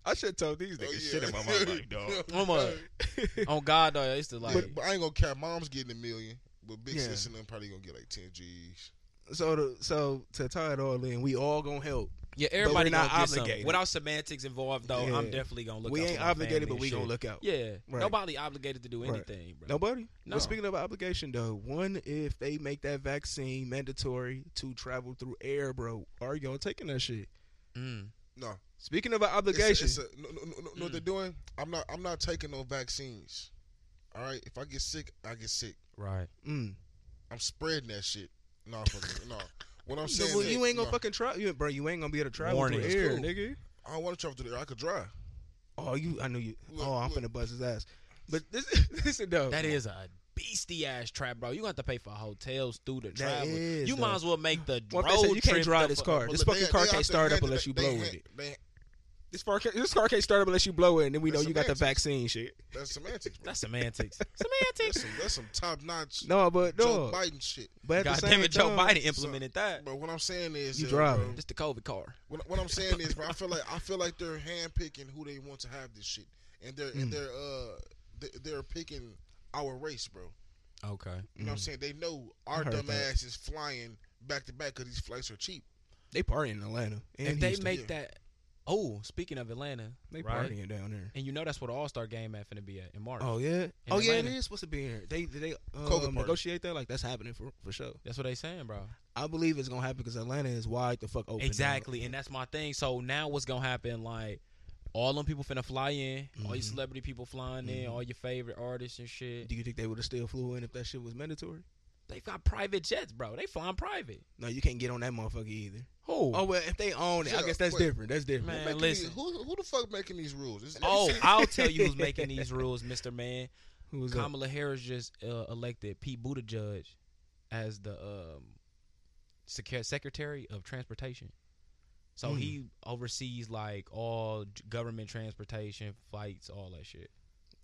Speaker 3: I should have told these niggas
Speaker 5: Oh, yeah.
Speaker 3: shit about my life, dog.
Speaker 5: [LAUGHS]
Speaker 4: I'm a,
Speaker 3: [LAUGHS]
Speaker 4: on God, though, I used to like.
Speaker 5: but, but I ain't gonna care. Mom's getting a million, but big
Speaker 3: Yeah.
Speaker 5: sis and them probably gonna get like ten G's.
Speaker 3: So, to, so to tie it all in, we all gonna help.
Speaker 4: yeah, everybody
Speaker 3: we're not
Speaker 4: gonna get something.
Speaker 3: obligated.
Speaker 4: Without semantics involved, though, I'm
Speaker 3: Yeah.
Speaker 4: definitely gonna look.
Speaker 3: we
Speaker 4: out for
Speaker 3: ain't
Speaker 4: my
Speaker 3: obligated,
Speaker 4: family
Speaker 3: but we
Speaker 4: and
Speaker 3: gonna
Speaker 4: shit.
Speaker 3: look out.
Speaker 4: Yeah,
Speaker 3: Right.
Speaker 4: nobody obligated to do
Speaker 3: Right.
Speaker 4: anything, bro.
Speaker 3: Nobody.
Speaker 4: No.
Speaker 3: But speaking of obligation, though, one if they make that vaccine mandatory to travel through air, bro, are y'all taking that shit?
Speaker 4: Mm.
Speaker 5: No
Speaker 3: Speaking of an
Speaker 5: It's a-
Speaker 3: obligation,
Speaker 5: It's a, no, no, no, no, know what
Speaker 3: Mm.
Speaker 5: they're doing? I'm not. I'm not taking no vaccines. All right. If I get sick, I get sick.
Speaker 4: Right.
Speaker 3: mm,
Speaker 5: I'm spreading that shit. No, fuck it, no. What I'm
Speaker 3: So,
Speaker 5: saying,
Speaker 3: well,
Speaker 5: is-
Speaker 3: [LAUGHS] you ain't gonna
Speaker 5: no,
Speaker 3: fucking try, you, bro. You ain't gonna be able to travel
Speaker 4: Warning.
Speaker 3: through air,
Speaker 5: It's cool.
Speaker 3: nigga.
Speaker 5: I don't want to travel through there. I could drive.
Speaker 3: Oh, you, I knew you.
Speaker 5: Look,
Speaker 3: oh, I'm
Speaker 5: look.
Speaker 3: finna bust his ass. But this, [LAUGHS] listen though,
Speaker 4: That is a beastie ass trap, bro. You gonna have to pay for hotels through the travel.
Speaker 3: is,
Speaker 4: You
Speaker 3: though.
Speaker 4: might as well make the
Speaker 3: One
Speaker 4: road
Speaker 3: thing said, you can't
Speaker 4: trip
Speaker 3: drive
Speaker 4: the
Speaker 3: this
Speaker 4: fu-
Speaker 3: car.
Speaker 5: But
Speaker 3: This
Speaker 5: look, they-
Speaker 3: fucking car
Speaker 5: they
Speaker 3: can't
Speaker 5: out there
Speaker 3: start up
Speaker 5: handing-
Speaker 3: unless you
Speaker 5: they
Speaker 3: blow
Speaker 5: hand-
Speaker 3: with it.
Speaker 5: they-
Speaker 3: This car, can't- this car can't start up unless you blow it, and then we know
Speaker 5: That's
Speaker 3: you got the
Speaker 5: semantics.
Speaker 3: vaccine shit.
Speaker 5: That's semantics, bro.
Speaker 3: [LAUGHS]
Speaker 4: That's semantics.
Speaker 5: That's
Speaker 4: semantics.
Speaker 5: some, that's some top notch
Speaker 3: No, but
Speaker 5: Joe
Speaker 3: no.
Speaker 5: Biden shit.
Speaker 3: But at
Speaker 4: God
Speaker 3: the same
Speaker 4: damn it, Joe
Speaker 3: time-
Speaker 4: Biden implemented that.
Speaker 5: But what I'm saying is,
Speaker 3: You
Speaker 5: uh,
Speaker 3: driving.
Speaker 4: It's the COVID car.
Speaker 5: What, what I'm saying is, bro, I feel like I feel like they're handpicking who they want to have this shit, and they're
Speaker 3: Hmm.
Speaker 5: and they're uh they, they're picking our race, bro.
Speaker 4: Okay.
Speaker 5: You know what I'm saying? They know our
Speaker 3: Hmm. heard
Speaker 5: dumb
Speaker 3: that.
Speaker 5: ass is flying back to back because these flights are cheap.
Speaker 3: They partying in Atlanta. And
Speaker 4: If they
Speaker 3: Houston.
Speaker 4: make
Speaker 5: yeah.
Speaker 4: that, oh, speaking of Atlanta,
Speaker 3: they
Speaker 4: right?
Speaker 3: partying down there.
Speaker 4: And you know that's where the All Star game at finna be at in March.
Speaker 3: Oh yeah. oh yeah, it
Speaker 4: Atlanta.
Speaker 3: is supposed to be here. They did they
Speaker 5: COVID
Speaker 3: um,
Speaker 5: party.
Speaker 3: negotiate that like that's happening for for sure.
Speaker 4: That's what they saying, bro.
Speaker 3: I believe it's gonna happen because Atlanta is wide the fuck open. dog.
Speaker 4: Exactly, and that's my thing. So now what's gonna happen? Like all them people finna fly in, all your celebrity people flying in, all your favorite artists and shit.
Speaker 3: Mm-hmm. Do you think they would have still flew in if that shit was mandatory?
Speaker 4: They got private jets, bro. They flying private.
Speaker 3: No, you can't get on that motherfucker either.
Speaker 4: Who?
Speaker 3: Oh well, if they own it, I
Speaker 5: Yeah,
Speaker 3: guess that's
Speaker 5: wait.
Speaker 3: different. That's different.
Speaker 4: Man,
Speaker 5: Making
Speaker 4: listen.
Speaker 5: these- who who the fuck making these rules? It's-
Speaker 4: [LAUGHS] Oh,
Speaker 5: it's-
Speaker 4: I'll tell you who's making these rules, Mister Man.
Speaker 3: Who was that?
Speaker 4: Kamala Harris just uh, elected Pete Buttigieg as the um, secre- Secretary of Transportation. So
Speaker 3: Hmm.
Speaker 4: he oversees like all j- government transportation, flights, all that shit.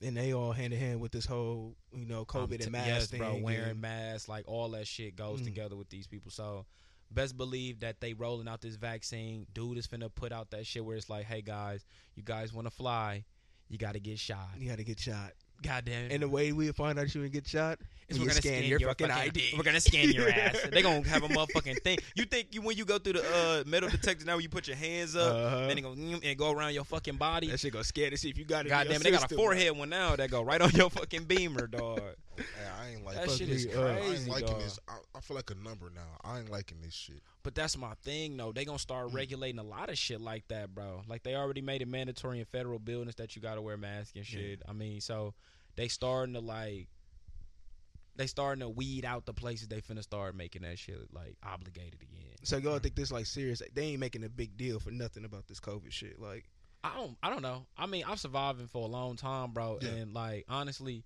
Speaker 3: And they all hand in hand with this whole you know
Speaker 4: Um,
Speaker 3: COVID
Speaker 4: t-
Speaker 3: and mask
Speaker 4: yes,
Speaker 3: thing.
Speaker 4: bro. Wearing
Speaker 3: and-
Speaker 4: masks, like all that shit goes
Speaker 3: Mm.
Speaker 4: together with these people. So best believe that they rolling out this vaccine. Dude is finna put out that shit where it's like, hey guys, you guys want to fly, you got to get shot.
Speaker 3: you had to get shot.
Speaker 4: Goddamn.
Speaker 3: And the way we find out you didn't get shot
Speaker 4: Is
Speaker 3: when
Speaker 4: we're
Speaker 3: you
Speaker 4: gonna scan, your, fucking, ID. [LAUGHS] We're gonna scan your ass. They gonna have a motherfucking thing. You think you when you go through the uh, metal detector now, where you put your hands up,
Speaker 3: Uh-huh.
Speaker 4: then they go mm, and go around your fucking body.
Speaker 3: That shit gonna scare to see if you got it. in
Speaker 4: God
Speaker 3: your
Speaker 4: damn it, they got a
Speaker 3: system.
Speaker 4: forehead one now that go right on your fucking beamer, dog.
Speaker 5: Yeah, I ain't like
Speaker 4: That
Speaker 5: fuck
Speaker 4: shit
Speaker 5: this.
Speaker 4: is
Speaker 3: me up.
Speaker 5: I ain't
Speaker 4: crazy,
Speaker 5: liking
Speaker 4: dog.
Speaker 5: this. I, I feel like a number now. I ain't liking this shit.
Speaker 4: But that's my thing, though. They gonna start regulating a lot of shit like that, bro. Like they already made it mandatory in federal buildings that you gotta wear masks and shit. I mean, so they starting to like, they starting to weed out the places they finna start making that shit like obligated again.
Speaker 3: So y'all think this like serious? They ain't making a big deal for nothing about this COVID shit. Like,
Speaker 4: I don't, I don't know. I mean, I'm surviving for a long time, bro.
Speaker 5: Yeah.
Speaker 4: And like, honestly,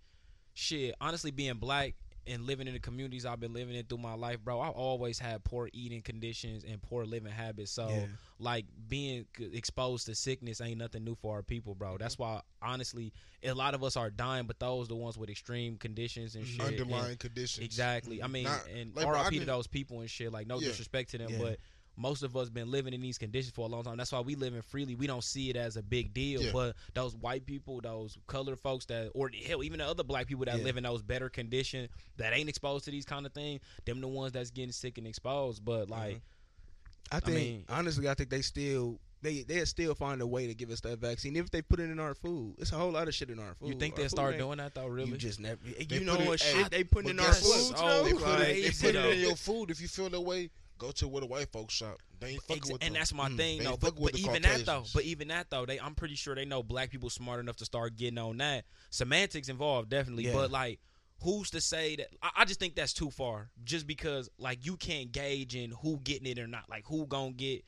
Speaker 4: shit, honestly, being black and living in the communities I've been living in through my life, bro, I've always had poor eating conditions and poor living habits. So.
Speaker 3: Yeah.
Speaker 4: like being c- exposed to sickness ain't nothing new for our people, bro. That's
Speaker 5: Mm-hmm.
Speaker 4: why honestly, a lot of us are dying, but those the ones with extreme conditions and shit.
Speaker 5: Mm-hmm. Underlying
Speaker 4: and-
Speaker 5: conditions.
Speaker 4: exactly. I mean,
Speaker 5: Not-
Speaker 4: and
Speaker 5: like, bro, I
Speaker 4: RIP to
Speaker 5: didn't-
Speaker 4: those people and shit. Like no
Speaker 5: Yeah.
Speaker 4: disrespect to them,
Speaker 3: Yeah.
Speaker 4: but most of us been living in these conditions for a long time. That's why we living freely. We don't see it as a big deal.
Speaker 5: Yeah.
Speaker 4: But those white people, those colored folks that, or hell, even the other black people that
Speaker 3: Yeah.
Speaker 4: live in those better conditions that ain't exposed to these kind of things, them the ones that's getting sick and exposed. But like.
Speaker 5: Mm-hmm.
Speaker 3: I think
Speaker 4: mean-
Speaker 3: honestly, I think they still they they still find a way to give us that vaccine if they put it in our food. It's a whole lot of shit in our food.
Speaker 4: You think
Speaker 3: Our
Speaker 4: they'll
Speaker 3: food
Speaker 4: start
Speaker 3: ain't-
Speaker 4: doing that though? Really?
Speaker 3: You just never. You
Speaker 5: They
Speaker 3: know
Speaker 5: put it-
Speaker 3: what
Speaker 5: hey,
Speaker 3: shit they putting
Speaker 5: but
Speaker 3: in our
Speaker 5: guess
Speaker 3: food?
Speaker 4: what? Oh,
Speaker 5: They
Speaker 3: though?
Speaker 5: put, it,
Speaker 4: Like,
Speaker 5: they put
Speaker 4: you
Speaker 5: it in
Speaker 4: know.
Speaker 5: your food. If you feel that way, go to where the white folks shop. They ain't fucking
Speaker 4: Ex-
Speaker 5: with
Speaker 4: and
Speaker 5: them.
Speaker 4: that's my
Speaker 3: Mm.
Speaker 4: thing
Speaker 5: They
Speaker 4: though.
Speaker 5: ain't
Speaker 4: But,
Speaker 5: fucking with
Speaker 4: but
Speaker 5: the
Speaker 4: even that though,
Speaker 5: Caucasians.
Speaker 4: but even that though, they I'm pretty sure they know black people smart enough to start getting on that. Semantics involved, definitely.
Speaker 3: Yeah.
Speaker 4: But like, who's to say that? I, I just think that's too far. Just because like you can't gauge in who getting it or not. Like who gonna get.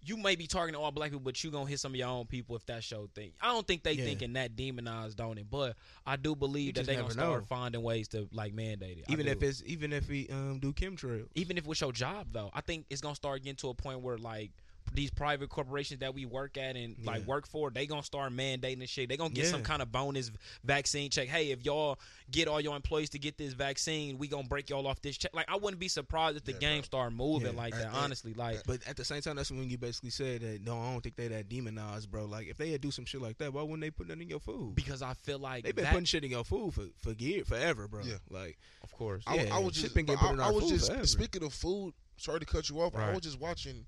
Speaker 4: You may be targeting all black people, but you gonna hit some of your own people if that's your thing. I don't think they
Speaker 3: Yeah.
Speaker 4: thinking that demonized on it, but I do believe that
Speaker 3: just
Speaker 4: they gonna
Speaker 3: never know.
Speaker 4: start finding ways to like mandate it. I
Speaker 3: Even
Speaker 4: do.
Speaker 3: if it's even if we um do chemtrail.
Speaker 4: even if with your job though i think it's gonna start getting to a point where like these private corporations that we work at and like
Speaker 3: Yeah.
Speaker 4: work for they gonna start mandating this shit they gonna get some
Speaker 3: Yeah.
Speaker 4: kind of bonus vaccine check hey if y'all get all your employees to get this vaccine we gonna break y'all off this check like i wouldn't be surprised if the
Speaker 5: Yeah,
Speaker 4: game start moving
Speaker 3: Yeah.
Speaker 4: like
Speaker 5: And-
Speaker 4: that
Speaker 5: and-
Speaker 4: honestly like
Speaker 3: But at the same time, that's when you basically said that no, I don't think they that demonized, bro. Like if they had do some shit like that, why wouldn't they put that in your food?
Speaker 4: because i feel like
Speaker 3: They've been
Speaker 4: that,
Speaker 3: putting shit in your food for for year forever, bro.
Speaker 5: Yeah.
Speaker 3: Like
Speaker 4: of course
Speaker 5: I,
Speaker 3: Yeah,
Speaker 5: I was
Speaker 3: shit
Speaker 5: just,
Speaker 3: been getting
Speaker 5: but
Speaker 3: put in
Speaker 5: I,
Speaker 3: our
Speaker 5: I was
Speaker 3: food
Speaker 5: just
Speaker 3: forever.
Speaker 5: speaking of food. Sorry to cut you off. I
Speaker 4: Right.
Speaker 5: was just watching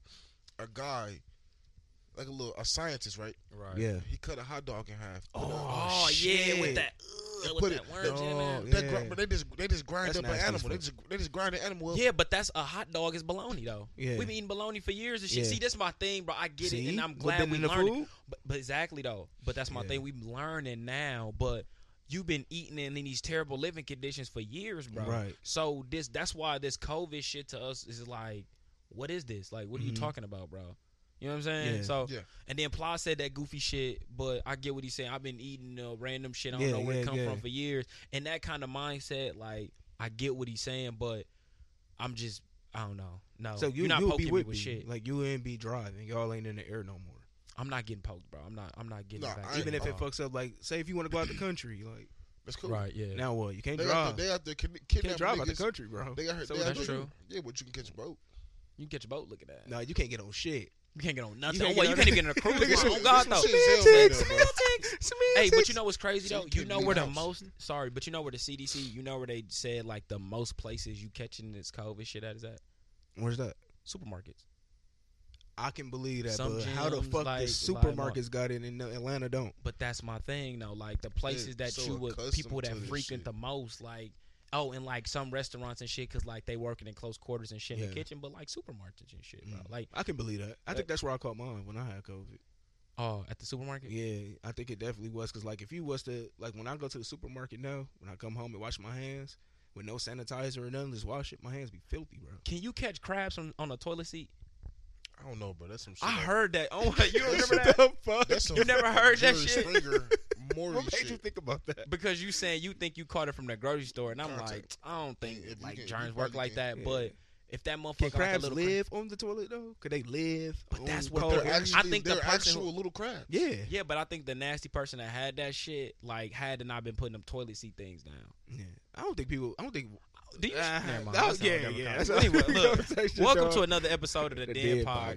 Speaker 5: a guy, like a little a scientist, right?
Speaker 4: right
Speaker 3: yeah.
Speaker 5: He cut a hot dog in half. put it on-
Speaker 4: oh, yeah with
Speaker 3: shit.
Speaker 4: that
Speaker 5: And
Speaker 4: ugh, with
Speaker 5: put
Speaker 4: that
Speaker 5: it-
Speaker 4: worm
Speaker 3: Oh,
Speaker 4: in there.
Speaker 5: They,
Speaker 3: Yeah.
Speaker 5: gr- but they just they just grind
Speaker 3: That's
Speaker 5: up an
Speaker 3: nasty as
Speaker 5: animal. They
Speaker 3: fuck.
Speaker 5: just they just grind an animal up.
Speaker 4: Yeah, but that's a hot dog is bologna though.
Speaker 3: Yeah.
Speaker 4: We've been eating bologna for years and shit.
Speaker 3: Yeah.
Speaker 4: See, that's my thing, bro. I get
Speaker 3: See?
Speaker 4: it, and I'm
Speaker 3: What
Speaker 4: glad
Speaker 3: been
Speaker 4: we
Speaker 3: in the
Speaker 4: learned.
Speaker 3: food?
Speaker 4: It. But, but exactly though. But that's my
Speaker 3: Yeah.
Speaker 4: thing. We learning now, but you've been eating in, in these terrible living conditions for years, bro.
Speaker 3: Right.
Speaker 4: So this that's why this COVID shit to us is like what is this? Like, what are you talking about, bro? You know what I'm saying?
Speaker 3: Mm-hmm. Yeah.
Speaker 4: So,
Speaker 5: Yeah.
Speaker 4: and then Pla said that goofy shit, but I get what he's saying. I've been eating uh, random shit. I don't
Speaker 3: Yeah,
Speaker 4: know where
Speaker 3: yeah,
Speaker 4: it come
Speaker 3: yeah.
Speaker 4: from for years, and that kind of mindset, like, I get what he's saying, but I'm just, I don't know. No,
Speaker 3: So you
Speaker 4: are not
Speaker 3: you
Speaker 4: poking
Speaker 3: be
Speaker 4: me
Speaker 3: with
Speaker 4: with shit.
Speaker 3: Like you and be driving. Y'all ain't in the air no more.
Speaker 4: I'm not getting poked, bro. I'm not. I'm not getting.
Speaker 5: Nah,
Speaker 4: back
Speaker 5: I
Speaker 4: in
Speaker 5: ain't
Speaker 3: Even
Speaker 4: the
Speaker 3: if it
Speaker 4: car.
Speaker 3: fucks up, like say if you want to go out the country, like
Speaker 5: That's cool.
Speaker 4: right, yeah.
Speaker 3: now what? You can't
Speaker 5: They
Speaker 3: drive.
Speaker 5: out there, they out there kid-
Speaker 3: can't
Speaker 5: kidnapping
Speaker 3: drive out the
Speaker 5: niggas.
Speaker 3: country, bro.
Speaker 5: They got her.
Speaker 3: So
Speaker 5: they out
Speaker 4: that's
Speaker 5: there-
Speaker 4: true.
Speaker 5: Yeah, but you can catch a boat.
Speaker 4: you can catch a boat. Look at that.
Speaker 3: No, you can't get on shit.
Speaker 4: You can't get on nothing.
Speaker 3: You
Speaker 4: Oh,
Speaker 3: can't
Speaker 4: wait, you
Speaker 3: get
Speaker 4: can't
Speaker 3: on-
Speaker 4: even get on a
Speaker 5: Nigga,
Speaker 4: cruise.
Speaker 5: some-
Speaker 4: Oh God,
Speaker 5: some
Speaker 4: no.
Speaker 5: shit is hell right now, bro.
Speaker 4: Hey, but you know what's crazy
Speaker 5: So you
Speaker 4: though? You
Speaker 5: can't
Speaker 4: know
Speaker 5: leave
Speaker 4: where
Speaker 5: the
Speaker 4: the
Speaker 5: house.
Speaker 4: most [LAUGHS] sorry, but you know where the CDC, you know where they said like the most places you catching this COVID shit at is at
Speaker 3: Where's that?
Speaker 4: supermarkets.
Speaker 3: I can believe that,
Speaker 4: Some
Speaker 3: but how the
Speaker 4: gyms,
Speaker 3: fuck
Speaker 4: like-
Speaker 3: the
Speaker 4: like
Speaker 3: supermarkets got it and Atlanta don't?
Speaker 4: But that's my thing though, like the places that
Speaker 5: so
Speaker 4: you would
Speaker 5: accustomed
Speaker 4: people that
Speaker 5: to this
Speaker 4: frequent
Speaker 5: shit.
Speaker 4: the most, like oh, and like some restaurants and shit, cause like they working in close quarters and shit in
Speaker 3: Yeah.
Speaker 4: the kitchen, but like supermarkets and shit, bro.
Speaker 3: Mm.
Speaker 4: Like
Speaker 3: I can believe that. I think that's where I caught mine when I had COVID.
Speaker 4: oh, at the supermarket.
Speaker 3: Yeah, I think it definitely was because like if you was to like when I go to the supermarket now, when I come home and wash my hands with no sanitizer or nothing, just wash it, my hands be filthy, bro.
Speaker 4: Can you catch crabs on, on a toilet seat?
Speaker 5: I don't know, bro. That's some shit.
Speaker 4: I
Speaker 5: like-
Speaker 4: heard that. Oh,
Speaker 3: [LAUGHS]
Speaker 4: you don't remember that?
Speaker 5: That's some [LAUGHS]
Speaker 4: You never heard that
Speaker 5: Jerry
Speaker 4: shit?
Speaker 5: Springer, Maury
Speaker 3: What made
Speaker 5: shit.
Speaker 3: you think about that?
Speaker 4: because you saying you think you caught it from the grocery store, and I'm
Speaker 5: Contact.
Speaker 4: like, I don't think
Speaker 5: If you
Speaker 4: like
Speaker 5: can- you
Speaker 4: germs
Speaker 5: probably
Speaker 4: work like
Speaker 5: can.
Speaker 4: that.
Speaker 3: Yeah.
Speaker 4: But if that
Speaker 3: Can
Speaker 4: motherfucker like a
Speaker 3: crabs
Speaker 4: little cra-
Speaker 3: live on the toilet though? Could they live?
Speaker 4: But
Speaker 3: on
Speaker 4: that's what
Speaker 3: cold
Speaker 4: they're
Speaker 5: They're
Speaker 3: air?
Speaker 5: actually,
Speaker 4: I think the
Speaker 5: they're
Speaker 4: person who-
Speaker 5: actual little crabs.
Speaker 3: yeah,
Speaker 4: yeah, but I think the nasty person that had that shit like had to not been putting them toilet seat things down.
Speaker 3: yeah. I don't think people. I don't think.
Speaker 4: Do you-
Speaker 3: Ah,
Speaker 4: Never mind,
Speaker 3: oh,
Speaker 4: that's a whole
Speaker 3: yeah,
Speaker 4: different
Speaker 3: yeah. [LAUGHS]
Speaker 4: conversation.
Speaker 3: That's a-
Speaker 4: Anyway, look,
Speaker 3: conversation,
Speaker 4: welcome
Speaker 3: dog.
Speaker 4: to another episode of the,
Speaker 3: The
Speaker 4: Dead,
Speaker 3: Dead
Speaker 4: Podcast.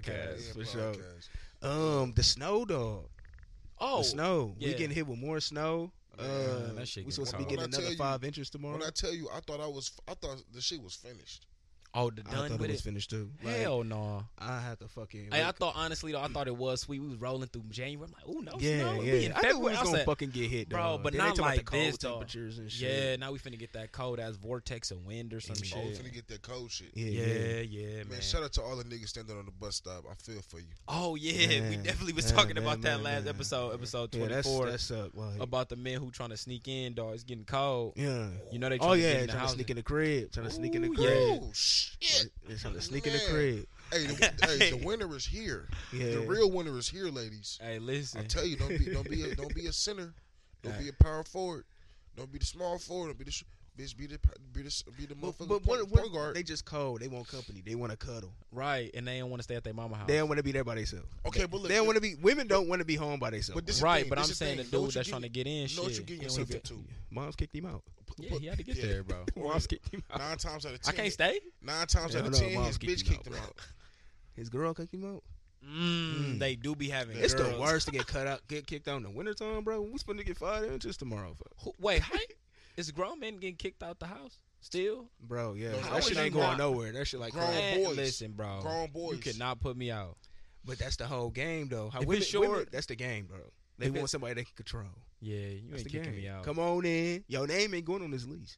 Speaker 5: Damn
Speaker 3: Podcast. for sure.
Speaker 5: podcast.
Speaker 3: Um, the snow dog.
Speaker 4: Oh,
Speaker 3: the snow. We
Speaker 4: yeah.
Speaker 3: getting hit with more snow.
Speaker 5: Man,
Speaker 3: uh,
Speaker 4: that shit
Speaker 3: we
Speaker 4: getting
Speaker 3: supposed to be getting
Speaker 4: cold.
Speaker 5: When I
Speaker 3: another
Speaker 5: tell you-
Speaker 3: five inches tomorrow.
Speaker 5: When I tell you, I thought I was, I thought the shit was finished.
Speaker 4: oh, the
Speaker 3: I
Speaker 4: done
Speaker 3: thought
Speaker 4: with
Speaker 3: it was
Speaker 4: it.
Speaker 3: finished too. Like,
Speaker 4: Hell no.
Speaker 3: I had to fucking.
Speaker 4: Hey, I
Speaker 3: wake-
Speaker 4: thought honestly though, I thought it was sweet. We was rolling through January. I'm like, ooh, no,
Speaker 3: yeah,
Speaker 4: snow. We
Speaker 3: yeah.
Speaker 4: in
Speaker 3: I knew we
Speaker 4: February.
Speaker 3: was
Speaker 4: I
Speaker 3: gonna
Speaker 4: said,
Speaker 3: fucking get hit,
Speaker 4: Bro,
Speaker 3: dog.
Speaker 4: but
Speaker 3: Then they
Speaker 4: not
Speaker 3: talking about
Speaker 4: like
Speaker 3: the cold
Speaker 4: this, dog.
Speaker 3: temperatures and shit.
Speaker 4: yeah, now we finna get that cold ass vortex of wind or some
Speaker 3: Mm,
Speaker 5: I'm
Speaker 4: shit.
Speaker 5: finna get that cold shit.
Speaker 3: yeah,
Speaker 4: Yeah,
Speaker 3: yeah.
Speaker 4: yeah, man.
Speaker 5: man, shout out to all the niggas standing on the bus stop. I feel for you.
Speaker 4: Oh yeah, we
Speaker 3: Man,
Speaker 4: definitely was
Speaker 3: man,
Speaker 4: talking
Speaker 3: man,
Speaker 4: about that
Speaker 3: man,
Speaker 4: last
Speaker 3: man.
Speaker 4: episode, episode
Speaker 3: Yeah,
Speaker 4: twenty
Speaker 3: that's
Speaker 4: four,
Speaker 3: that's up. Like,
Speaker 4: about the men who trying to sneak in. Dog, it's getting cold.
Speaker 3: yeah.
Speaker 4: You know they. Trying
Speaker 3: Oh
Speaker 4: to get
Speaker 3: yeah,
Speaker 4: in the
Speaker 3: trying to
Speaker 4: housing.
Speaker 3: sneak in the crib, trying to sneak in the
Speaker 4: Ooh,
Speaker 3: crib.
Speaker 5: Oh shit!
Speaker 3: They're trying to sneak in the
Speaker 5: Man.
Speaker 3: crib.
Speaker 5: Hey, the, hey,
Speaker 3: [LAUGHS]
Speaker 5: the winter is here.
Speaker 3: Yeah,
Speaker 5: The real winter is here, ladies.
Speaker 4: Hey,
Speaker 5: I
Speaker 4: listen.
Speaker 5: tell you, don't be, don't be, a, don't be a center. Don't be a power forward. Don't be the small forward. Don't be the sh- bitch. Be the be the be the
Speaker 3: But,
Speaker 5: motherfucking
Speaker 3: but
Speaker 5: point,
Speaker 3: what,
Speaker 5: point
Speaker 3: what,
Speaker 5: guard.
Speaker 3: they just cold. They want company. They want to cuddle.
Speaker 4: right, and they don't want to stay at their mama house.
Speaker 3: They don't want to be there by themselves.
Speaker 5: okay, but look,
Speaker 3: They don't want to be. Women don't want to be home by themselves.
Speaker 5: But this- is the
Speaker 4: right,
Speaker 5: thing,
Speaker 4: but I'm
Speaker 5: this is the
Speaker 4: saying the
Speaker 5: thing. Know what
Speaker 4: dude
Speaker 5: you
Speaker 4: that's trying to
Speaker 5: get-
Speaker 4: get in.
Speaker 5: know what
Speaker 4: shit.
Speaker 5: you getting
Speaker 4: he don't
Speaker 5: yourself
Speaker 4: even-
Speaker 5: into.
Speaker 3: Moms kicked him out.
Speaker 4: Yeah, he had to get
Speaker 5: Yeah.
Speaker 4: there, bro.
Speaker 3: Moms kicked him out.
Speaker 5: Nine times out of
Speaker 4: I
Speaker 5: ten,
Speaker 4: can't stay.
Speaker 5: Nine times
Speaker 3: Yeah,
Speaker 5: out
Speaker 3: I
Speaker 5: of
Speaker 3: know,
Speaker 5: ten,
Speaker 3: mom
Speaker 5: his
Speaker 3: kicked
Speaker 5: bitch
Speaker 3: him out,
Speaker 5: kicked him
Speaker 3: bro.
Speaker 5: out.
Speaker 3: His girl kicked him out.
Speaker 4: Mm,
Speaker 3: Mm.
Speaker 4: They do be having.
Speaker 3: It's the
Speaker 4: girls.
Speaker 3: worst to get cut out, get kicked out in the wintertime, bro. We supposed to get five inches tomorrow, fuck.
Speaker 4: Who- Wait, hi? is grown men getting kicked out the house still?
Speaker 3: bro. Yeah,
Speaker 5: No,
Speaker 4: how
Speaker 3: that
Speaker 4: is
Speaker 3: shit
Speaker 4: you
Speaker 3: ain't going
Speaker 4: not-
Speaker 3: nowhere. That shit like
Speaker 5: Grown
Speaker 3: crazy.
Speaker 4: Man,
Speaker 5: boys.
Speaker 4: Listen,
Speaker 3: Oh.
Speaker 4: bro.
Speaker 5: Grown boys.
Speaker 4: You cannot put me out.
Speaker 3: But that's the whole game, though. How
Speaker 4: If
Speaker 3: women,
Speaker 4: it's short-
Speaker 3: women- that's the game, bro. They
Speaker 4: If
Speaker 3: want
Speaker 4: it's-
Speaker 3: somebody they can control.
Speaker 4: Yeah, you
Speaker 3: That's
Speaker 4: ain't
Speaker 3: the
Speaker 4: kicking
Speaker 3: game.
Speaker 4: me out.
Speaker 3: Come on in. Your name ain't going on this lease.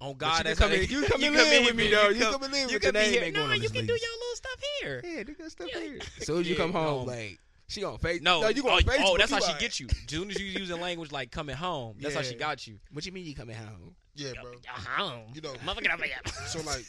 Speaker 4: On
Speaker 3: But
Speaker 4: God,
Speaker 3: you
Speaker 4: that's
Speaker 3: come
Speaker 4: how they-
Speaker 3: in.
Speaker 4: [LAUGHS]
Speaker 3: You come in live with me, though. You come in live
Speaker 4: You
Speaker 3: with your
Speaker 4: can be
Speaker 3: name
Speaker 4: here.
Speaker 3: ain't going
Speaker 4: No,
Speaker 3: on
Speaker 4: you
Speaker 3: this
Speaker 4: can do your
Speaker 3: lease.
Speaker 4: little stuff here.
Speaker 3: Yeah, nigga, stuff
Speaker 4: Yeah.
Speaker 3: here. As soon as you
Speaker 4: Yeah,
Speaker 3: come home,
Speaker 4: no.
Speaker 3: like she on face.
Speaker 4: No,
Speaker 3: you gonna
Speaker 4: oh,
Speaker 3: face.
Speaker 4: oh, that's how she gets you. As soon as you using language like coming home, that's how she
Speaker 3: Yeah.
Speaker 4: got you.
Speaker 3: What you mean you coming home?
Speaker 5: Yeah, bro.
Speaker 4: Home,
Speaker 5: You know,
Speaker 4: motherfucker
Speaker 5: [LAUGHS]
Speaker 4: over here.
Speaker 5: so like,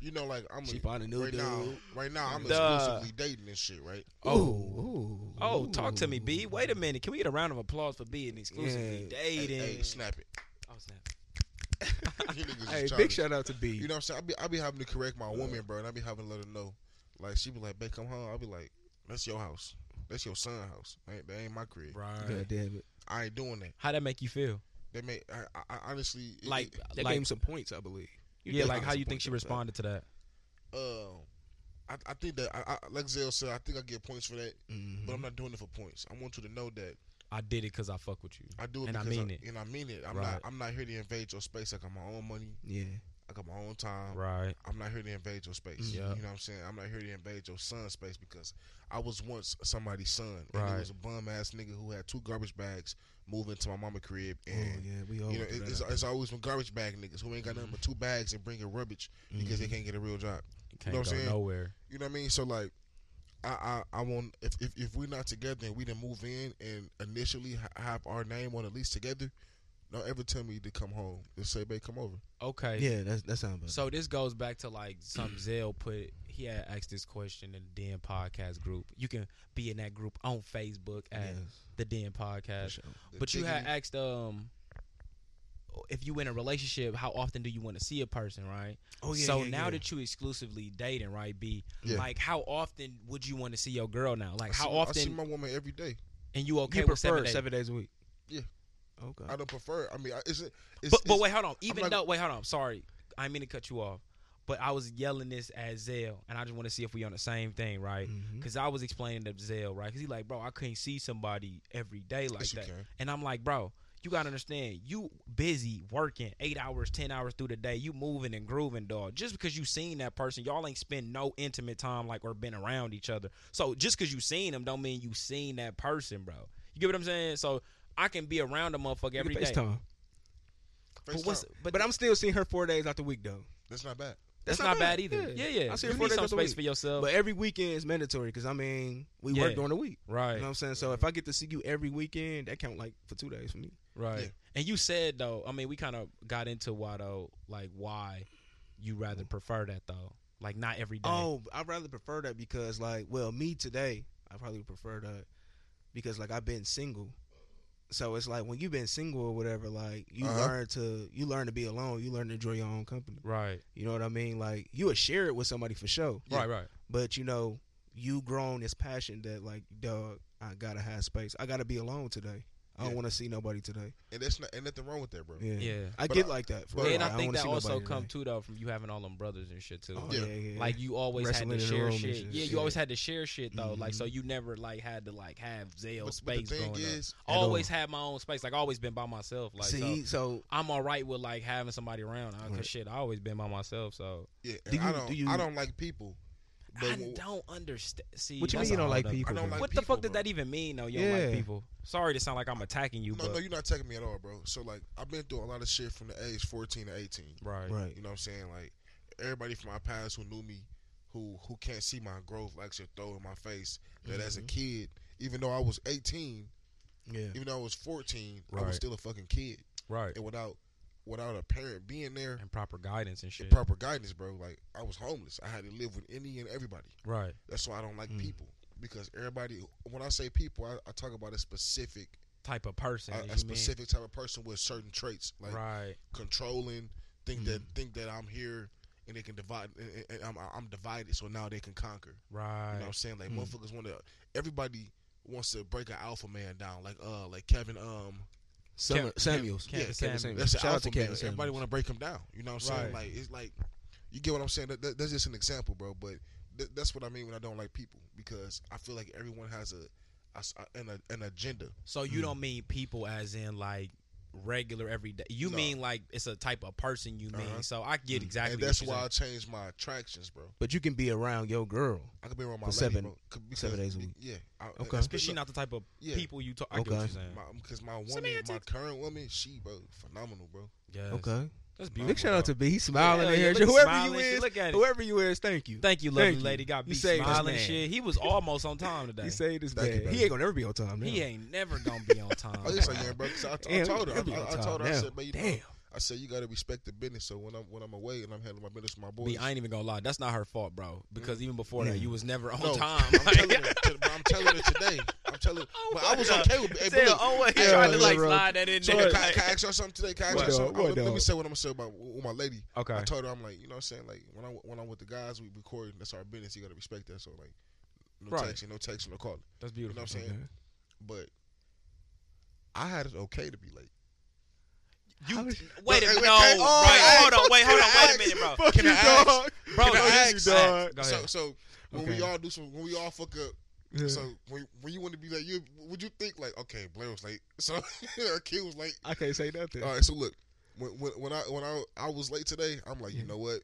Speaker 5: you know, like I'm
Speaker 3: She
Speaker 5: a,
Speaker 3: find a new
Speaker 5: right
Speaker 3: dude.
Speaker 5: now. Right now, I'm
Speaker 4: Duh.
Speaker 5: exclusively dating and shit. Right.
Speaker 3: Oh, ooh,
Speaker 4: Oh, talk to me, B. Wait a minute. Can we get a round of applause for being exclusively
Speaker 3: Yeah.
Speaker 5: Hey,
Speaker 4: dating?
Speaker 5: hey, snap it. [LAUGHS]
Speaker 4: Oh, snap.
Speaker 5: You niggas is
Speaker 3: Hey, big
Speaker 5: childish.
Speaker 3: shout out to B.
Speaker 5: You know what I'm saying? I be I be having to correct my woman, bro, and I be having to let her know. Like she be like, "Babe, come home." I be like, "That's your house. That's your son's house. Ain't- That ain't my crib.
Speaker 3: God damn it.
Speaker 5: I ain't doing that."
Speaker 4: How that make you feel?
Speaker 5: They may I, I, I honestly it-
Speaker 4: Like,
Speaker 5: it-
Speaker 3: That
Speaker 4: like
Speaker 3: gave him some points, I believe. You
Speaker 4: yeah,
Speaker 3: definitely
Speaker 4: like
Speaker 3: got
Speaker 4: how
Speaker 3: some
Speaker 4: you think
Speaker 3: points
Speaker 4: she
Speaker 3: out of that.
Speaker 4: responded to that?
Speaker 5: uh, I, I think that I, I, like Zell said, I think I get points for that,
Speaker 4: Mm-hmm.
Speaker 3: Mhm.
Speaker 5: but I'm not doing it for points. I want you to know that
Speaker 4: I did it because I fuck with you.
Speaker 5: I do it
Speaker 4: And I
Speaker 5: because
Speaker 4: mean it.
Speaker 5: and I mean it. I'm
Speaker 4: Right.
Speaker 5: not I'm not here to invade your space. I got my own money.
Speaker 3: Yeah.
Speaker 5: I got my own time.
Speaker 4: Right.
Speaker 5: I'm not here to invade your space.
Speaker 4: Yeah.
Speaker 5: You know what I'm saying? I'm not here to invade your son's space because I was once somebody's son. And
Speaker 4: Right.
Speaker 5: it was a bum ass nigga who had two garbage bags move into my mama crib.
Speaker 3: Oh,
Speaker 5: And,
Speaker 3: yeah. We all.
Speaker 5: you know,
Speaker 3: went through
Speaker 5: it,
Speaker 3: that
Speaker 5: it's,
Speaker 3: out there.
Speaker 5: it's always been garbage bag niggas who ain't got nothing but two bags and bringing rubbish because
Speaker 4: Mm-hmm.
Speaker 5: they can't get a real job.
Speaker 4: Can't
Speaker 5: know what
Speaker 4: go
Speaker 5: I'm saying?
Speaker 4: nowhere.
Speaker 5: You know what I mean? So, like, I, I, I want if, if if we're not together and we didn't move in and initially ha- have our name on a lease together, Don't ever tell me to come home. Just say, babe, come over.
Speaker 4: Okay.
Speaker 3: Yeah, that's that sounds better.
Speaker 4: So this goes back to like some Zell put. He had asked this question in the Den Podcast group. You can be in that group on Facebook at
Speaker 3: Yes.
Speaker 4: the Den Podcast.
Speaker 3: sure.
Speaker 5: The
Speaker 4: But you had
Speaker 5: diggity-
Speaker 4: asked um if you in a relationship, how often do you want to see a person, right?
Speaker 3: Oh yeah.
Speaker 4: so
Speaker 3: yeah,
Speaker 4: now
Speaker 3: yeah.
Speaker 4: that you exclusively dating, right, B?
Speaker 5: Yeah.
Speaker 4: Like how often would you want to see your girl now? Like
Speaker 5: I
Speaker 4: how
Speaker 5: see- I see
Speaker 4: often
Speaker 5: my woman every day.
Speaker 4: and you okay
Speaker 3: you
Speaker 4: with
Speaker 3: prefer
Speaker 4: seven
Speaker 3: seven
Speaker 4: days?
Speaker 3: days. a week.
Speaker 5: Yeah.
Speaker 3: Okay.
Speaker 5: I don't prefer. I mean, I- it's, it's
Speaker 4: but but
Speaker 5: it's-
Speaker 4: wait, hold on. Even
Speaker 5: like-
Speaker 4: though wait, hold on. Sorry, I didn't mean to cut you off. But I was yelling this at Zell, and I just want to see if we on the same thing, right?
Speaker 3: Mhm.
Speaker 4: Because I was explaining to Zell, right? Because he like, bro, I couldn't see somebody every day like
Speaker 5: Yes, you
Speaker 4: that,
Speaker 5: can.
Speaker 4: and I'm like, bro. You gotta understand, you busy working eight hours, ten hours through the day. You moving and grooving, dog. Just because you seen that person, y'all ain't spend no intimate time like or been around each other. So just because you seen them, don't mean you seen that person, bro. You get what I'm saying? So I can be around a motherfucker
Speaker 3: You
Speaker 4: every
Speaker 3: can
Speaker 4: day.
Speaker 3: FaceTime.
Speaker 4: But
Speaker 5: FaceTime.
Speaker 4: what's
Speaker 3: But, I'm still seeing her four days out the week though.
Speaker 5: That's not bad.
Speaker 4: That's, not, bad, either. Yeah, yeah.
Speaker 3: I see her
Speaker 4: you
Speaker 3: four
Speaker 4: need
Speaker 3: days
Speaker 4: some
Speaker 3: out the
Speaker 4: space
Speaker 3: week.
Speaker 4: for yourself.
Speaker 3: But every weekend is mandatory because I mean we
Speaker 4: Yeah.
Speaker 3: work during the week.
Speaker 4: right,
Speaker 3: You know what I'm saying? So if I get to see you every weekend, that count like for two days for me.
Speaker 4: right.
Speaker 5: Yeah.
Speaker 4: And you said though, I mean, we kind of got into why though, like why you rather prefer that though, like not every day.
Speaker 3: Oh, I'd rather prefer that because like, well, me today, I probably would prefer that because like I've been single. So it's like when you've been single or whatever, like you
Speaker 5: Uh-huh.
Speaker 3: learn to you learn to be alone, you learn to enjoy your own company.
Speaker 4: right,
Speaker 3: You know what I mean? Like you would share it with somebody for sure.
Speaker 4: right, right.
Speaker 3: But you know, you grown this passion that like, dog, I gotta have space. I gotta be alone today. I don't
Speaker 5: Yeah.
Speaker 3: want to see nobody today.
Speaker 5: And that's not and nothing wrong with that, bro.
Speaker 3: Yeah,
Speaker 4: Yeah.
Speaker 3: I
Speaker 5: But
Speaker 3: get
Speaker 5: I-
Speaker 3: like that. For
Speaker 5: but-
Speaker 3: real.
Speaker 4: and I,
Speaker 3: don't
Speaker 4: think
Speaker 3: wanna
Speaker 4: that
Speaker 3: see
Speaker 4: also
Speaker 3: nobody
Speaker 4: come
Speaker 3: today.
Speaker 4: too though from you having all them brothers and shit too.
Speaker 3: Oh,
Speaker 5: Yeah.
Speaker 3: yeah, yeah,
Speaker 4: Like you always had
Speaker 3: Wrestling
Speaker 4: to
Speaker 3: in the
Speaker 4: share
Speaker 3: room and
Speaker 4: shit.
Speaker 3: shit.
Speaker 4: Yeah, you
Speaker 3: Yeah.
Speaker 4: always had to share shit though. Like
Speaker 3: Mhm.
Speaker 4: so, you never like had to like have
Speaker 5: But-
Speaker 4: Zell
Speaker 5: but the
Speaker 4: space.
Speaker 5: thing
Speaker 4: growing
Speaker 5: is-
Speaker 4: up. always had my own space. Like always been by myself. Like so-
Speaker 3: See, so
Speaker 4: I'm all right with like having somebody around because
Speaker 3: Right.
Speaker 4: shit, I always been by myself. So
Speaker 5: Yeah.
Speaker 3: Do
Speaker 5: I
Speaker 3: you-
Speaker 5: don't.
Speaker 3: do you-
Speaker 5: I don't like people. But
Speaker 4: I
Speaker 5: when-
Speaker 4: don't understand. See,
Speaker 3: What you mean
Speaker 4: that's
Speaker 3: you
Speaker 4: a
Speaker 3: don't
Speaker 4: whole
Speaker 3: like
Speaker 4: nother-
Speaker 3: people?
Speaker 5: I don't like
Speaker 4: what the
Speaker 5: people,
Speaker 4: fuck did
Speaker 5: bro.
Speaker 4: that even mean? though? you don't like
Speaker 3: Yeah.
Speaker 4: people. Sorry to sound like I'm attacking you,
Speaker 5: No,
Speaker 4: but
Speaker 5: no, you're not taking me at all, bro. So like, I've been through a lot of shit from the age 14 to 18.
Speaker 4: right,
Speaker 3: right,
Speaker 5: You know what I'm saying? Like everybody from my past who knew me, who who can't see my growth, likes to throw in my face that as a
Speaker 4: Mm-hmm.
Speaker 5: kid, even though I was 18,
Speaker 3: yeah,
Speaker 5: even though I was 14, I
Speaker 4: Right.
Speaker 5: was still a fucking kid,
Speaker 4: right,
Speaker 5: and without without a parent being there
Speaker 4: and proper guidance and shit.
Speaker 5: and proper guidance, bro, like I was homeless. I had to live with any and everybody.
Speaker 4: right,
Speaker 5: That's why I don't like
Speaker 3: Mm.
Speaker 5: people because everybody. When I say people, I, I talk about a specific
Speaker 4: type of person.
Speaker 5: a,
Speaker 4: you
Speaker 5: a
Speaker 4: mean.
Speaker 5: specific type of person with certain traits, like
Speaker 4: right,
Speaker 5: controlling, think that
Speaker 3: Mm-hmm.
Speaker 5: think that I'm here and they can divide. And, and I'm, I'm divided, so now they can conquer. You know
Speaker 4: right,
Speaker 5: what I'm saying?
Speaker 3: Mm-hmm.
Speaker 5: Like motherfuckers want to. Everybody wants to break an alpha man down, like uh, like Kevin. Um,
Speaker 3: Summer,
Speaker 4: Kev-
Speaker 3: Samuels,
Speaker 4: Kevin
Speaker 3: Yeah,
Speaker 4: Samuels.
Speaker 5: that's
Speaker 3: Shout
Speaker 5: an
Speaker 3: out
Speaker 5: alpha
Speaker 3: to
Speaker 5: man.
Speaker 3: Kevin Samuels.
Speaker 5: Everybody want to break him down. You know what I'm saying?
Speaker 4: Right.
Speaker 5: Like it's like you get what I'm saying. That, that- that's just an example, bro. But th- that's what I mean when I don't like people because I feel like everyone has a, a s- a- an, an agenda.
Speaker 4: So you don't mean people as in like regular everyday. You
Speaker 5: No.
Speaker 4: mean like it's a type of person you mean.
Speaker 5: Uh-huh.
Speaker 4: So I get exactly.
Speaker 5: and
Speaker 4: what
Speaker 5: that's
Speaker 4: you're
Speaker 5: why
Speaker 4: saying.
Speaker 5: I changed my attractions, bro.
Speaker 3: but you can be around your girl.
Speaker 5: I could be around my
Speaker 3: For
Speaker 5: lady,
Speaker 3: seven-
Speaker 5: bro, c- because-
Speaker 3: seven days a week.
Speaker 5: Yeah. I,
Speaker 3: Okay.
Speaker 5: that's-
Speaker 4: Cause she not the type of
Speaker 5: Yeah.
Speaker 4: people you talk. I get what you're
Speaker 3: Okay.
Speaker 4: saying.
Speaker 5: my because my woman, my
Speaker 4: Semantics.
Speaker 5: current woman, she bro, phenomenal, bro.
Speaker 4: Yes.
Speaker 3: Okay,
Speaker 4: That's
Speaker 3: big shout out
Speaker 4: bro.
Speaker 3: to B. He's smiling in
Speaker 4: Yeah, yeah,
Speaker 3: here.
Speaker 4: look,
Speaker 3: whoever
Speaker 4: smiling,
Speaker 3: you
Speaker 4: shit,
Speaker 3: is,
Speaker 4: look at it.
Speaker 3: whoever you is, thank you.
Speaker 4: Thank you, lovely
Speaker 3: Thank you.
Speaker 4: lady. Got
Speaker 3: You
Speaker 4: beat
Speaker 3: saved us,
Speaker 4: smiling
Speaker 3: man.
Speaker 4: shit.
Speaker 5: [LAUGHS]
Speaker 4: He was almost on time today.
Speaker 3: He saved his
Speaker 5: Thank you,
Speaker 3: bag.
Speaker 5: brother.
Speaker 3: He ain't gonna ever be on time. Now.
Speaker 4: He ain't never gonna be on time.
Speaker 5: Oh yes,
Speaker 4: bro.
Speaker 5: [LAUGHS] I am, bro. 'cause I, t- I
Speaker 3: Damn,
Speaker 5: told her,
Speaker 3: every
Speaker 5: I, I, I
Speaker 3: time
Speaker 5: told her, I
Speaker 3: now.
Speaker 5: said, man, you know,
Speaker 3: Damn.
Speaker 5: I said you gotta respect the business. So when I'm when I'm away and I'm handling my business with my boys,
Speaker 4: B, I ain't even gonna lie. That's not her fault, bro. Because even before that,
Speaker 3: Yeah.
Speaker 4: you was never on
Speaker 5: Mm. no, [LAUGHS]
Speaker 4: time.
Speaker 3: [LAUGHS]
Speaker 5: I'm telling her, to- but I'm telling her today. I'm telling,
Speaker 3: Oh
Speaker 5: but I was okay with. Hey, but look,
Speaker 4: he
Speaker 5: Yeah,
Speaker 4: tried to
Speaker 5: yeah,
Speaker 4: like
Speaker 3: bro.
Speaker 4: slide that in
Speaker 5: so
Speaker 4: there.
Speaker 5: can, I, can I ask y'all something today? Can I ask
Speaker 3: What
Speaker 5: y'all
Speaker 3: dog?
Speaker 5: something?
Speaker 3: What
Speaker 5: Let me- let me
Speaker 3: dog?
Speaker 5: say what I'm gonna say about with my lady.
Speaker 4: Okay.
Speaker 5: I told her I'm like, you know what I'm saying? Like when I when I'm with the guys we record, that's our business, you gotta respect that. So like no
Speaker 4: Right.
Speaker 5: texting, no texting, no calling.
Speaker 4: That's
Speaker 5: You know
Speaker 4: beautiful.
Speaker 5: what I'm saying? But I had it okay to be late.
Speaker 4: You wait a
Speaker 5: Hey,
Speaker 4: minute.
Speaker 5: wait,
Speaker 4: No,
Speaker 5: hey, oh,
Speaker 4: right,
Speaker 5: hey,
Speaker 4: hold on. Wait, hold
Speaker 5: can
Speaker 4: on.
Speaker 5: I [LAUGHS]
Speaker 4: Wait a
Speaker 5: ask-
Speaker 4: minute, bro.
Speaker 5: Can I ask?
Speaker 4: Bro,
Speaker 5: Can I
Speaker 4: that's-
Speaker 5: ask,
Speaker 4: that's- Go
Speaker 5: So
Speaker 4: ahead.
Speaker 5: so when we
Speaker 3: Okay.
Speaker 5: all do some when we all fuck up
Speaker 3: Yeah.
Speaker 5: so when when you want to be late, you would you think like, okay, Blair was late. [LAUGHS] So a kid was late.
Speaker 3: [LAUGHS] I can't say nothing.
Speaker 5: All right, so look, when when, when I when I, I was late today, I'm like, you know what?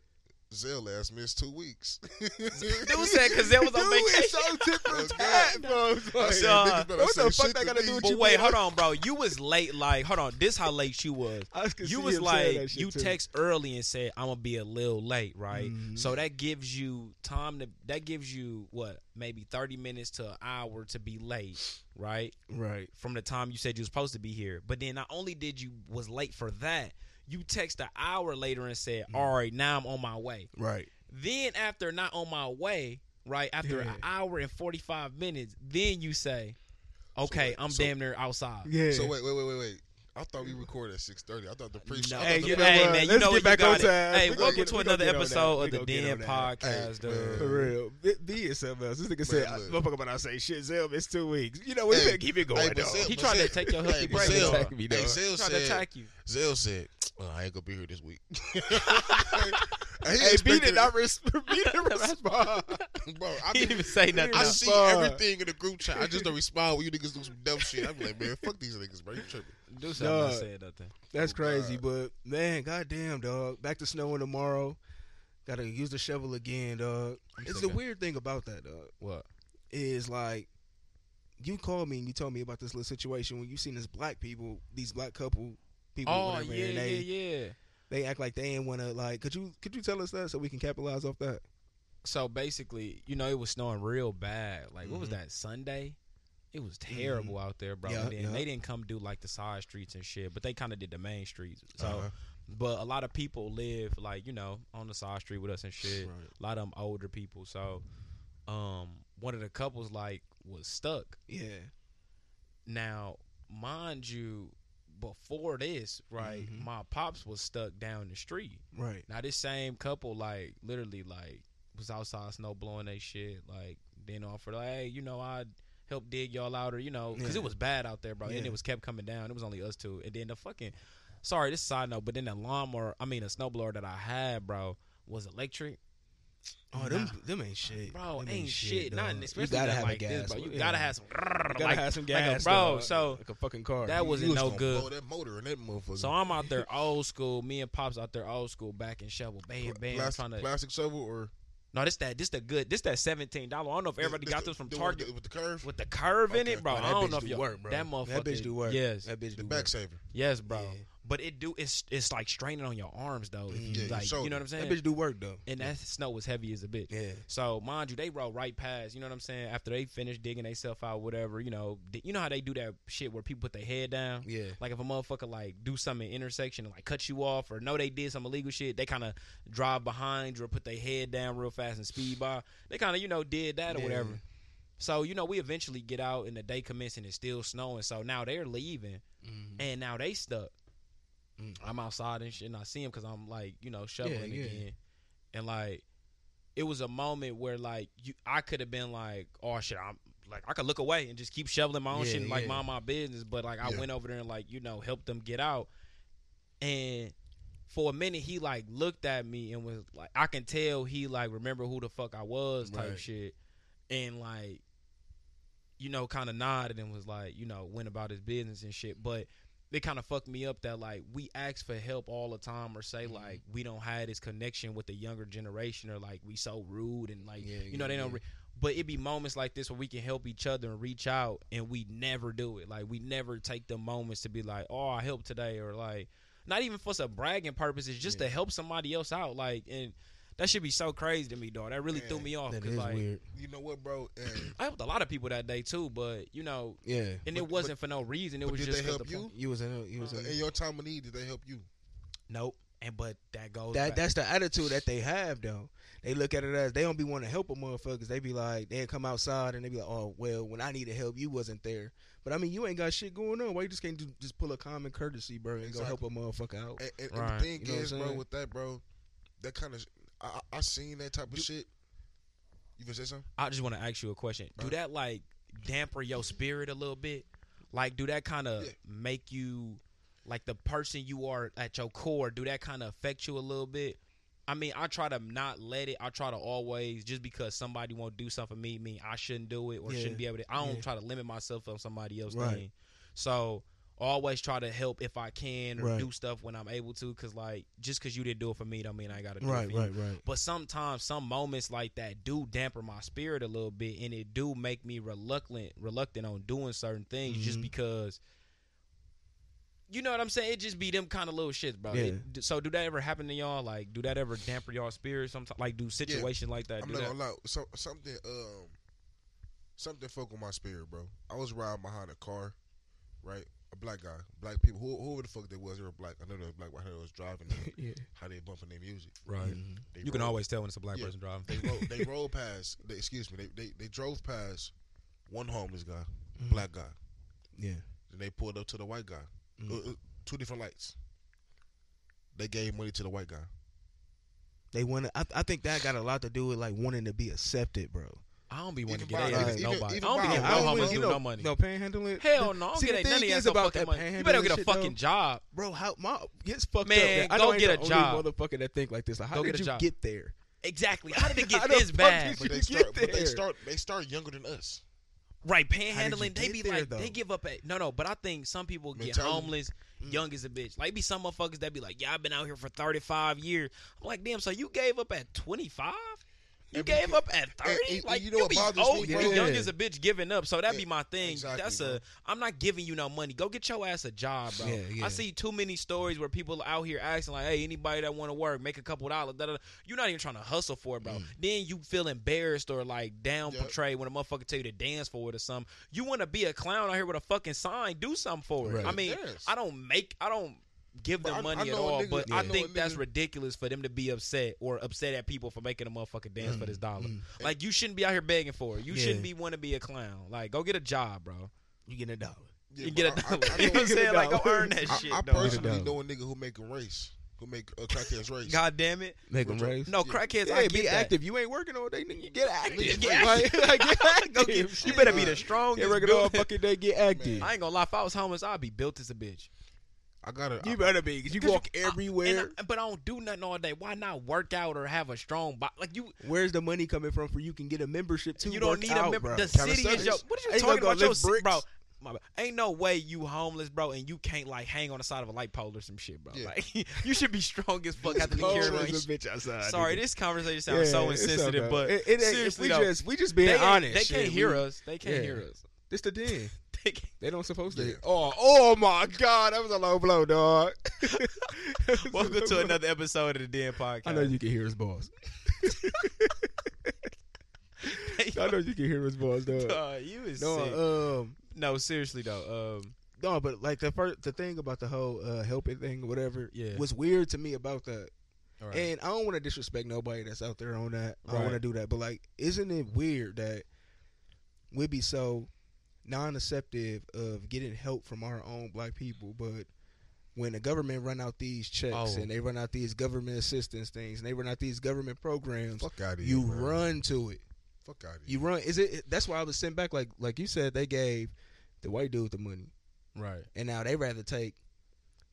Speaker 5: Zell ass missed two weeks. [LAUGHS]
Speaker 4: Mm-hmm. Dude said because that was on vacation.
Speaker 6: so
Speaker 4: [LAUGHS]
Speaker 6: different.
Speaker 5: God.
Speaker 6: bro. It's
Speaker 5: I
Speaker 6: like-
Speaker 5: said,
Speaker 4: Dog.
Speaker 5: niggas better
Speaker 6: What
Speaker 5: say
Speaker 6: the fuck
Speaker 5: shit
Speaker 6: that
Speaker 5: to
Speaker 6: gotta do
Speaker 5: me.
Speaker 6: with
Speaker 4: But wait, hold on, bro. You was late. Like, hold on. This how late you was.
Speaker 6: I could
Speaker 4: You
Speaker 6: see
Speaker 4: was
Speaker 6: him saying
Speaker 4: like,
Speaker 6: that shit
Speaker 4: you
Speaker 6: too.
Speaker 4: text early and said, "I'm gonna be a little late," right?
Speaker 5: Mm-hmm.
Speaker 3: Mhm.
Speaker 4: So that gives you time to. That gives you what, maybe thirty minutes to an hour to be late, right?
Speaker 3: Right.
Speaker 4: From the time you said you was supposed to be here. But then not only did you was late for that, you text an hour later and said, "All right, now I'm on my way."
Speaker 3: Right.
Speaker 4: Then after not on my way, right
Speaker 3: Yeah.
Speaker 4: after an hour and forty five minutes, then you say, "Okay, I'm
Speaker 5: so-
Speaker 4: damn near outside."
Speaker 3: Yeah.
Speaker 5: So wait, wait, wait, wait, wait. I thought we recorded at six thirty. I thought the pre-show. I
Speaker 4: No.
Speaker 5: thought
Speaker 6: Hey,
Speaker 5: the
Speaker 6: you
Speaker 5: pre-
Speaker 6: know
Speaker 4: Hey,
Speaker 6: what?
Speaker 4: man, you
Speaker 6: Let's
Speaker 4: know
Speaker 6: get
Speaker 4: what you
Speaker 6: back on
Speaker 4: gotta-
Speaker 6: time.
Speaker 4: Hey,
Speaker 6: We gonna
Speaker 4: welcome
Speaker 6: get-
Speaker 4: to
Speaker 6: we gonna
Speaker 4: another
Speaker 6: get on
Speaker 4: episode
Speaker 6: that. We
Speaker 4: of the
Speaker 6: gonna
Speaker 4: Den
Speaker 6: get on that.
Speaker 4: Podcast,
Speaker 5: Hey,
Speaker 4: dude.
Speaker 5: man.
Speaker 3: Uh,
Speaker 6: For real, be, be yourself else. This nigga said,
Speaker 5: Man, look.
Speaker 6: "Motherfucker, about I say shit, Zell missed two weeks." You know what?
Speaker 5: Hey,
Speaker 6: You better keep it going,
Speaker 5: hey, but
Speaker 6: dog.
Speaker 5: Zell-
Speaker 4: He
Speaker 5: but
Speaker 4: tried to
Speaker 5: Zell-
Speaker 4: take your healthy
Speaker 5: hey, but
Speaker 4: brain.
Speaker 5: Zell-
Speaker 6: Attack me,
Speaker 5: Hey,
Speaker 6: dog.
Speaker 5: Zell
Speaker 4: Trying to
Speaker 5: said.
Speaker 4: attack you.
Speaker 5: Zell said, "Well, I ain't gonna be here this
Speaker 4: [LAUGHS]
Speaker 5: week. hey,
Speaker 6: Hey, B
Speaker 5: expected-
Speaker 6: did not res-
Speaker 3: [LAUGHS]
Speaker 6: B didn't respond.
Speaker 5: bro. I
Speaker 4: He
Speaker 5: be-
Speaker 4: didn't even say nothing.
Speaker 5: I
Speaker 6: Nah.
Speaker 5: see
Speaker 6: Fuck.
Speaker 5: everything in the group chat. I just don't respond when you niggas do some dumb shit. I'm like, man, fuck these niggas, bro. You tripping?
Speaker 4: Do
Speaker 6: Nah.
Speaker 4: something. I said nothing.
Speaker 6: That's
Speaker 5: Oh,
Speaker 6: crazy,
Speaker 5: God.
Speaker 6: but
Speaker 3: Man, goddamn, dog. Back to snowing tomorrow. Gotta use the shovel again, dog. It's the
Speaker 4: okay.
Speaker 3: weird thing about that, dog.
Speaker 4: What?
Speaker 3: Is like, you called me and you told me about this little situation when you seen this black people, these black couple people,
Speaker 4: Oh
Speaker 3: whatever,
Speaker 4: yeah,
Speaker 3: and
Speaker 4: yeah,
Speaker 3: they
Speaker 4: yeah.
Speaker 3: they act like they ain't wanna like. Could you could you tell us that so we can capitalize off that?
Speaker 4: So basically, you know, it was snowing real bad. Like what was
Speaker 5: Mhm.
Speaker 4: that Sunday? It was terrible out there, bro.
Speaker 3: Yeah,
Speaker 4: and then
Speaker 3: yeah.
Speaker 4: they didn't come do like the side streets and shit, but they kind of did the main streets. So,
Speaker 5: Uh-huh.
Speaker 4: but a lot of people live like you know on the side street with us and shit.
Speaker 5: Right.
Speaker 4: a lot of them older people. So, um, one of the couples like was stuck.
Speaker 3: Yeah.
Speaker 4: Now, mind you, before this, right,
Speaker 3: Mhm.
Speaker 4: my pops was stuck down the street.
Speaker 3: Right.
Speaker 4: Now this same couple, like literally, like was outside snow blowing they shit, like then offered, like, hey, you know, I help dig y'all out, or you know, because
Speaker 3: Yeah.
Speaker 4: it was bad out there, bro, and
Speaker 3: Yeah.
Speaker 4: it was kept coming down. It was only us two, and then the fucking, sorry, this is a side note, but then the lawnmower, I mean, the snowblower that I had, bro, was electric.
Speaker 3: Oh, them them ain't shit,
Speaker 4: Bro,
Speaker 3: Them
Speaker 4: ain't shit. Not
Speaker 3: dog.
Speaker 4: especially not like this, bro. You gotta have some.
Speaker 3: You gotta
Speaker 4: like-
Speaker 3: have some
Speaker 4: like a-
Speaker 3: gas,
Speaker 4: bro.
Speaker 3: dog.
Speaker 4: So
Speaker 3: like a fucking car.
Speaker 4: that
Speaker 5: You
Speaker 4: wasn't
Speaker 5: was
Speaker 4: no
Speaker 5: gonna Blow
Speaker 4: good.
Speaker 5: that motor in that motherfucker.
Speaker 4: So I'm out there old school. Me and pops out there old school, back and shovel, bam, bam,
Speaker 5: plastic,
Speaker 4: trying to.
Speaker 5: plastic shovel or
Speaker 4: No, this that this the good. This that seventeen dollar. I don't know if everybody
Speaker 5: This-
Speaker 4: got
Speaker 5: the-
Speaker 4: this from
Speaker 5: the one
Speaker 4: Target
Speaker 5: with the curve,
Speaker 4: with the curve in
Speaker 5: Okay.
Speaker 4: it, bro.
Speaker 3: Oh, that
Speaker 4: I don't
Speaker 3: bitch
Speaker 4: know if
Speaker 3: do
Speaker 4: you
Speaker 3: work, bro.
Speaker 4: That
Speaker 3: That
Speaker 4: motherfucker.
Speaker 3: bitch do work.
Speaker 4: Yes,
Speaker 3: that bitch
Speaker 5: the
Speaker 3: do
Speaker 5: back
Speaker 3: work.
Speaker 5: saver.
Speaker 4: yes, bro.
Speaker 3: Yeah. Mm,
Speaker 4: But it do. It's it's like straining on your arms though. If
Speaker 5: Yeah,
Speaker 4: you
Speaker 5: your
Speaker 4: like, you
Speaker 5: shoulder.
Speaker 4: know what I'm saying.
Speaker 3: That bitch do work though.
Speaker 4: and that snow was heavy as a bitch.
Speaker 3: Yeah.
Speaker 4: So mind you, they roll right past. You know what I'm saying? After they finish digging themselves out, whatever. You know, di- you know how they do that shit where people put their head down.
Speaker 3: Yeah.
Speaker 4: Like if a motherfucker like do something in intersection and like cut you off or know they did some illegal shit, they kind of drive behind you or put their head down real fast and speed by. They kind of you know did that or
Speaker 3: Yeah.
Speaker 4: whatever. So you know we eventually get out and the day commencing it's still snowing. So now they're leaving and now they stuck.
Speaker 3: Mm-hmm. Mm.
Speaker 4: I'm outside and shit, and I see him because I'm like, you know, shoveling
Speaker 3: yeah.
Speaker 4: again, and like, it was a moment where like you, I could have been like, oh shit, I'm like, I could look away and just keep shoveling my
Speaker 3: Yeah,
Speaker 4: own shit, and, like
Speaker 3: yeah.
Speaker 4: mind my business. But like, I
Speaker 5: Yeah.
Speaker 4: went over there and like, you know, helped them get out, and for a minute he like looked at me and was like, I can tell he like remember who the fuck I was type
Speaker 5: Right.
Speaker 4: shit, and like, you know, kind of nodded and was like, you know, went about his business and shit, but it kind of fucked me up that like we ask for help all the time or
Speaker 3: Mm-hmm.
Speaker 4: say like we don't have this connection with the younger generation or like we so rude and like
Speaker 3: Yeah,
Speaker 4: you know
Speaker 3: yeah,
Speaker 4: they don't
Speaker 3: yeah.
Speaker 4: re- but it be moments like this where we can help each other and reach out and we never do it like we never take the moments to be like oh I helped today or like not even for some bragging purposes just to help somebody else out like and that should be so crazy to me dog that really
Speaker 5: Man,
Speaker 4: threw me off
Speaker 3: That
Speaker 4: oh, 'cause,
Speaker 3: is
Speaker 4: like
Speaker 3: weird.
Speaker 5: You know what, bro? And
Speaker 4: I helped a lot of people that day too but you know
Speaker 3: Yeah.
Speaker 4: and
Speaker 5: But-
Speaker 4: it
Speaker 5: but-
Speaker 4: wasn't for no reason it
Speaker 5: but
Speaker 4: was
Speaker 5: did
Speaker 4: just
Speaker 5: they
Speaker 4: 'cause
Speaker 5: help
Speaker 4: the
Speaker 5: you?
Speaker 4: point-
Speaker 3: You was in. You was in.
Speaker 5: in your time of need, did they help you?
Speaker 4: nope and but that goes
Speaker 3: that
Speaker 4: back.
Speaker 3: that's the attitude that they have though. They look at it as they don't be want to help a motherfuckers. They be like they come outside and they be like, oh well, when I needed help, you wasn't there. But I mean, you ain't got shit going on. Why you just can't do, just pull a common courtesy, bro, and go help a motherfucker out?
Speaker 5: And, and,
Speaker 4: Right.
Speaker 5: and the thing
Speaker 3: You know what
Speaker 5: is,
Speaker 3: I'm
Speaker 5: bro,
Speaker 3: saying?
Speaker 5: with that, bro, that kind of I, I I seen that type of shit. You gonna say something?
Speaker 4: I just want to ask you a question. Do
Speaker 5: Right.
Speaker 4: that like damper your spirit a little bit? Like, do that kind of
Speaker 5: Yeah.
Speaker 4: make you like the person you are at your core? Do that kind of affect you a little bit? I mean, I try to not let it. I try to always just because somebody won't do something for me, mean I shouldn't do it or
Speaker 3: Yeah.
Speaker 4: shouldn't be able to. I don't
Speaker 3: Yeah.
Speaker 4: try to limit myself on somebody else
Speaker 3: Right.
Speaker 4: thing. So always try to help if I can or
Speaker 3: Right.
Speaker 4: do stuff when I'm able to. Cause like just cause you didn't do it for me, don't mean I gotta do it for
Speaker 3: Right,
Speaker 4: you.
Speaker 3: right, right.
Speaker 4: But sometimes some moments like that do damper my spirit a little bit, and it do make me reluctant, reluctant on doing certain things just
Speaker 3: Mhm.
Speaker 4: because. You know what I'm saying? It just be them kind of little shits, bro.
Speaker 3: Yeah.
Speaker 4: It- d- so do that ever happen to y'all? Like, do that ever damper y'all spirit? Sometimes, like, do situations like that?
Speaker 5: I'm
Speaker 4: do
Speaker 5: not
Speaker 4: that?
Speaker 5: gonna lie. So, something, um, something fuck with my spirit, bro. I was riding behind a car, right? A black guy, black people, who, whoever the fuck they was, they were black. I know they was black. but I know they was driving.
Speaker 3: [LAUGHS]
Speaker 4: [LAUGHS]
Speaker 3: Yeah. Mm-hmm.
Speaker 5: How they bumping their music?
Speaker 4: Right.
Speaker 5: They
Speaker 4: You can
Speaker 5: rolled-
Speaker 4: always tell when it's a black
Speaker 5: Yeah.
Speaker 4: person driving.
Speaker 5: They rode, they rode past. They, excuse me. They, they they drove past one homeless guy,
Speaker 4: Mm-hmm.
Speaker 5: black guy.
Speaker 3: Yeah.
Speaker 5: Then they pulled up to the white guy.
Speaker 3: Mhm.
Speaker 4: Mm.
Speaker 5: Uh, uh, two different lights. They gave money to the white guy.
Speaker 3: They want to. I, I think that got a lot to do with like wanting to be accepted, bro.
Speaker 4: I don't be wanting to
Speaker 5: Even
Speaker 4: get
Speaker 5: by-
Speaker 4: ass
Speaker 5: even-
Speaker 4: nobody.
Speaker 5: even
Speaker 4: I don't
Speaker 5: by a
Speaker 4: be getting
Speaker 5: woman,
Speaker 4: no homies
Speaker 5: you
Speaker 4: do no money.
Speaker 3: No panhandling.
Speaker 4: Hell no, I don't
Speaker 3: See,
Speaker 4: get
Speaker 3: the
Speaker 4: that. None of
Speaker 3: thing
Speaker 4: y'all
Speaker 3: is
Speaker 4: no
Speaker 3: about
Speaker 4: fucking
Speaker 3: that
Speaker 4: money. You better
Speaker 3: panhandling
Speaker 4: get a
Speaker 3: shit,
Speaker 4: fucking
Speaker 3: though.
Speaker 4: job.
Speaker 3: Bro, how my it's fucked
Speaker 4: Man,
Speaker 3: up. that I
Speaker 4: go
Speaker 3: know I ain't
Speaker 4: get
Speaker 3: the
Speaker 4: a
Speaker 3: only
Speaker 4: job.
Speaker 3: motherfucker that think like this. Like, how
Speaker 4: Go
Speaker 3: did
Speaker 4: get a
Speaker 3: you
Speaker 4: job.
Speaker 3: get there? [LAUGHS]
Speaker 4: Exactly. How did it get
Speaker 3: How the
Speaker 4: this
Speaker 3: fuck
Speaker 4: bad?
Speaker 3: did
Speaker 4: [LAUGHS]
Speaker 5: But they
Speaker 3: You
Speaker 5: start.
Speaker 3: get
Speaker 5: But they
Speaker 3: there.
Speaker 5: start. They start younger than us.
Speaker 4: Right,
Speaker 3: How did you
Speaker 4: panhandling. They
Speaker 3: get
Speaker 4: be
Speaker 3: there,
Speaker 4: like,
Speaker 3: though?
Speaker 4: they give up at no, no. But I think some people get
Speaker 5: Mentality. Mm.
Speaker 4: homeless young as a bitch. Like, be some motherfuckers that be like, yeah, I've been out here for thirty five years. I'm like, damn. So you gave up at twenty five. You
Speaker 5: And
Speaker 4: gave
Speaker 5: because-
Speaker 4: up at
Speaker 5: and-
Speaker 4: thirty,
Speaker 5: and
Speaker 4: like
Speaker 5: you
Speaker 4: you,
Speaker 5: know what
Speaker 4: be
Speaker 5: bothers me,
Speaker 4: old, you
Speaker 5: bro?
Speaker 4: be young
Speaker 3: Yeah.
Speaker 4: as a bitch, giving up. So that
Speaker 5: Yeah,
Speaker 4: be my thing.
Speaker 5: exactly,
Speaker 4: That's
Speaker 5: bro.
Speaker 4: a, I'm not giving you no money. Go get your ass a job, bro.
Speaker 3: Yeah, yeah.
Speaker 4: I see too many stories where people out here asking like, hey, anybody that want to work, make a couple dollars. Da, da, da. You're not even trying to hustle for
Speaker 5: Mm.
Speaker 4: it, bro. Then you feel embarrassed or like down
Speaker 5: Yep.
Speaker 4: portrayed when a motherfucker tell you to dance for it or something. You want to be a clown out here with a fucking sign. Do something for it.
Speaker 3: Right.
Speaker 4: I mean,
Speaker 5: Yes.
Speaker 4: I don't make, I don't give
Speaker 5: But
Speaker 4: them
Speaker 5: I- I
Speaker 4: money at
Speaker 5: know a
Speaker 4: all,
Speaker 5: nigga-
Speaker 4: but
Speaker 5: I
Speaker 4: I
Speaker 5: know a
Speaker 4: think that's
Speaker 5: nigga-
Speaker 4: ridiculous for them to be upset or upset at people for making a motherfucker dance
Speaker 5: Mm,
Speaker 4: for this dollar. Like you shouldn't be out here begging for it. You
Speaker 3: Yeah.
Speaker 4: shouldn't be want to be a clown. Like go get a job, bro.
Speaker 3: You get a dollar.
Speaker 5: Yeah,
Speaker 4: you
Speaker 5: but
Speaker 4: get a
Speaker 5: I- I-
Speaker 4: dollar.
Speaker 5: I
Speaker 4: [LAUGHS] you know
Speaker 5: know-
Speaker 4: what I'm saying? Like go
Speaker 3: dollar.
Speaker 4: earn
Speaker 5: [LAUGHS]
Speaker 4: that
Speaker 5: I,
Speaker 4: shit.
Speaker 5: I
Speaker 4: dog.
Speaker 5: personally
Speaker 3: dog.
Speaker 5: know a nigga who make a race, who make a cocktail's race.
Speaker 4: God damn it!
Speaker 3: Make them
Speaker 5: Would you-
Speaker 3: raise.
Speaker 4: No
Speaker 5: Yeah.
Speaker 4: crackheads.
Speaker 3: Yeah,
Speaker 4: I get
Speaker 3: be
Speaker 4: that. [LAUGHS]
Speaker 3: active. You ain't working all day, nigga. You get active.
Speaker 4: Get [LAUGHS] active.
Speaker 3: Like, [LAUGHS] like, get
Speaker 4: Go
Speaker 3: active.
Speaker 4: get, you
Speaker 3: Shit.
Speaker 4: better be the strongest.
Speaker 3: Get working
Speaker 4: built-
Speaker 3: all fucking day. Get active.
Speaker 4: [LAUGHS] I ain't gonna lie. If I was homeless, I'd be built as a bitch.
Speaker 5: I gotta.
Speaker 3: You better be because you
Speaker 4: Cause
Speaker 3: walk
Speaker 4: you- I-
Speaker 3: everywhere.
Speaker 4: And I- but I don't do nothing all day. Why not work out or have a strong body? Like you,
Speaker 3: Where's the money coming from for you can get a membership to
Speaker 4: you don't
Speaker 3: work
Speaker 4: need
Speaker 3: out,
Speaker 4: a
Speaker 3: bro.
Speaker 4: member. The
Speaker 5: Kinda
Speaker 4: city
Speaker 5: sucks.
Speaker 4: is your. What are you
Speaker 3: Ain't
Speaker 4: talking
Speaker 3: no gonna
Speaker 4: about? Your
Speaker 3: lift
Speaker 4: city, bro.
Speaker 3: bricks.
Speaker 4: My bad. Ain't no way you homeless, bro, and you can't like hang on the side of a light pole or some shit, bro.
Speaker 5: Yeah.
Speaker 4: Like [LAUGHS] you should be strong as fuck after the
Speaker 3: Cold
Speaker 4: carry.
Speaker 3: as a bitch outside.
Speaker 4: [LAUGHS] Sorry,
Speaker 3: nigga.
Speaker 4: this conversation sounds so
Speaker 3: Yeah, it's all good.
Speaker 4: insensitive, but
Speaker 3: It- it ain't- we
Speaker 4: seriously though,
Speaker 3: just we just being
Speaker 4: they, ain't-
Speaker 3: honest.
Speaker 4: They can't
Speaker 3: shit.
Speaker 4: hear
Speaker 3: We-
Speaker 4: us. They can't
Speaker 3: yeah.
Speaker 4: hear us. [LAUGHS]
Speaker 3: This the den.
Speaker 4: They can't.
Speaker 3: They don't supposed to.
Speaker 5: Yeah.
Speaker 3: hear- Oh, oh my God, that was a low blow, dog.
Speaker 4: [LAUGHS] Welcome to another episode of the Den Podcast.
Speaker 3: I know you can hear us,
Speaker 4: [LAUGHS]
Speaker 3: boss. I
Speaker 4: [LAUGHS]
Speaker 3: know you can hear us, boss, dog.
Speaker 4: Dog, you is sick.
Speaker 3: No, um,
Speaker 4: no, seriously though. Um,
Speaker 3: no, but like the first, the thing about the whole uh, helping thing or whatever,
Speaker 4: Yeah.
Speaker 3: was weird to me about that.
Speaker 4: all right.
Speaker 3: And I don't want to disrespect nobody that's out there on that. I don't want to
Speaker 4: Right.
Speaker 3: do that. But like, isn't it weird that we be so non-acceptive of getting help from our own black people, but when the government run out these checks
Speaker 4: Oh.
Speaker 3: and they run out these government assistance things and they run out these government programs,
Speaker 5: fuck out of
Speaker 3: you run to it.
Speaker 5: Fuck out of
Speaker 3: You run. Is it? That's why I was sent back. Like like you said, they gave the white dude the money,
Speaker 4: right.
Speaker 3: and now they rather take.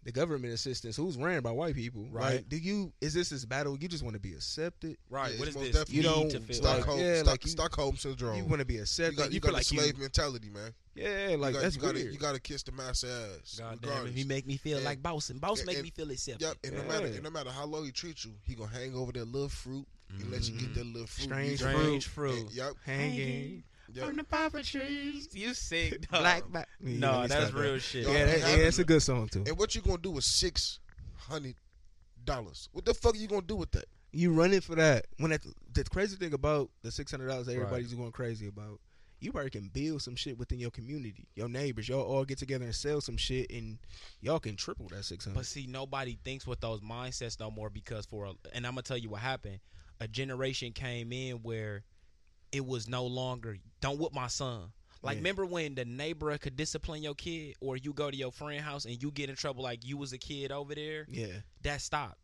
Speaker 3: The government assistance, who's ran by white people,
Speaker 4: Right.
Speaker 3: Like, do you is this this battle? You just want to be accepted?
Speaker 4: Right.
Speaker 5: Yeah,
Speaker 4: what
Speaker 5: it's
Speaker 4: is
Speaker 5: most
Speaker 4: this?
Speaker 5: definitely-
Speaker 3: You
Speaker 4: Need
Speaker 3: know,
Speaker 4: to feel.
Speaker 3: like-
Speaker 5: Stockholm,
Speaker 3: yeah,
Speaker 5: Stock-
Speaker 3: like you-
Speaker 5: Stockholm syndrome.
Speaker 3: You want to be
Speaker 5: You
Speaker 3: accepted.
Speaker 5: got,
Speaker 3: You,
Speaker 5: you
Speaker 3: feel
Speaker 5: got
Speaker 3: like
Speaker 5: a slave
Speaker 3: you,
Speaker 5: mentality, man.
Speaker 3: yeah,
Speaker 5: you
Speaker 3: like
Speaker 5: got,
Speaker 3: that's
Speaker 5: you gotta,
Speaker 3: weird.
Speaker 5: You got to kiss the master ass.
Speaker 4: God damn it,
Speaker 5: regardless.
Speaker 4: he make me feel
Speaker 5: And-
Speaker 4: like boss, and boss
Speaker 5: and-
Speaker 4: make
Speaker 5: and-
Speaker 4: me feel accepted.
Speaker 5: Yep, and no matter
Speaker 3: Yeah.
Speaker 5: and no matter how low he treats you, he gonna hang over that little fruit and let you get that little fruit.
Speaker 3: Strange
Speaker 5: You gonna-
Speaker 4: Strange
Speaker 5: and-
Speaker 4: fruit.
Speaker 5: Yep,
Speaker 3: hanging
Speaker 5: yep.
Speaker 4: the papa
Speaker 5: [LAUGHS]
Speaker 4: trees. You sick,
Speaker 3: Mm-hmm.
Speaker 4: dog.
Speaker 3: black. Ba- Yeah, let
Speaker 4: No,
Speaker 3: me
Speaker 4: that's
Speaker 3: stop that.
Speaker 4: real shit.
Speaker 5: Y'all
Speaker 3: Yeah, that, yeah,
Speaker 5: happy.
Speaker 3: that's a good song too.
Speaker 5: And what you gonna do with six hundred dollars? What the fuck you gonna do with that?
Speaker 3: You running for that? When that, the crazy thing about the six hundred dollars, everybody's going crazy about. You probably can build some shit within your community, your neighbors. Y'all all get together and sell some shit, and y'all can triple that six
Speaker 4: But
Speaker 3: hundred.
Speaker 4: see, nobody thinks with those mindsets no more because for a, and I'm gonna tell you what happened. A generation came in where it was no longer don't whip my son. Like
Speaker 3: Yeah.
Speaker 4: remember when the neighbor could discipline your kid, or you go to your friend house and you get in trouble like you was a kid over there.
Speaker 3: Yeah,
Speaker 4: That stopped.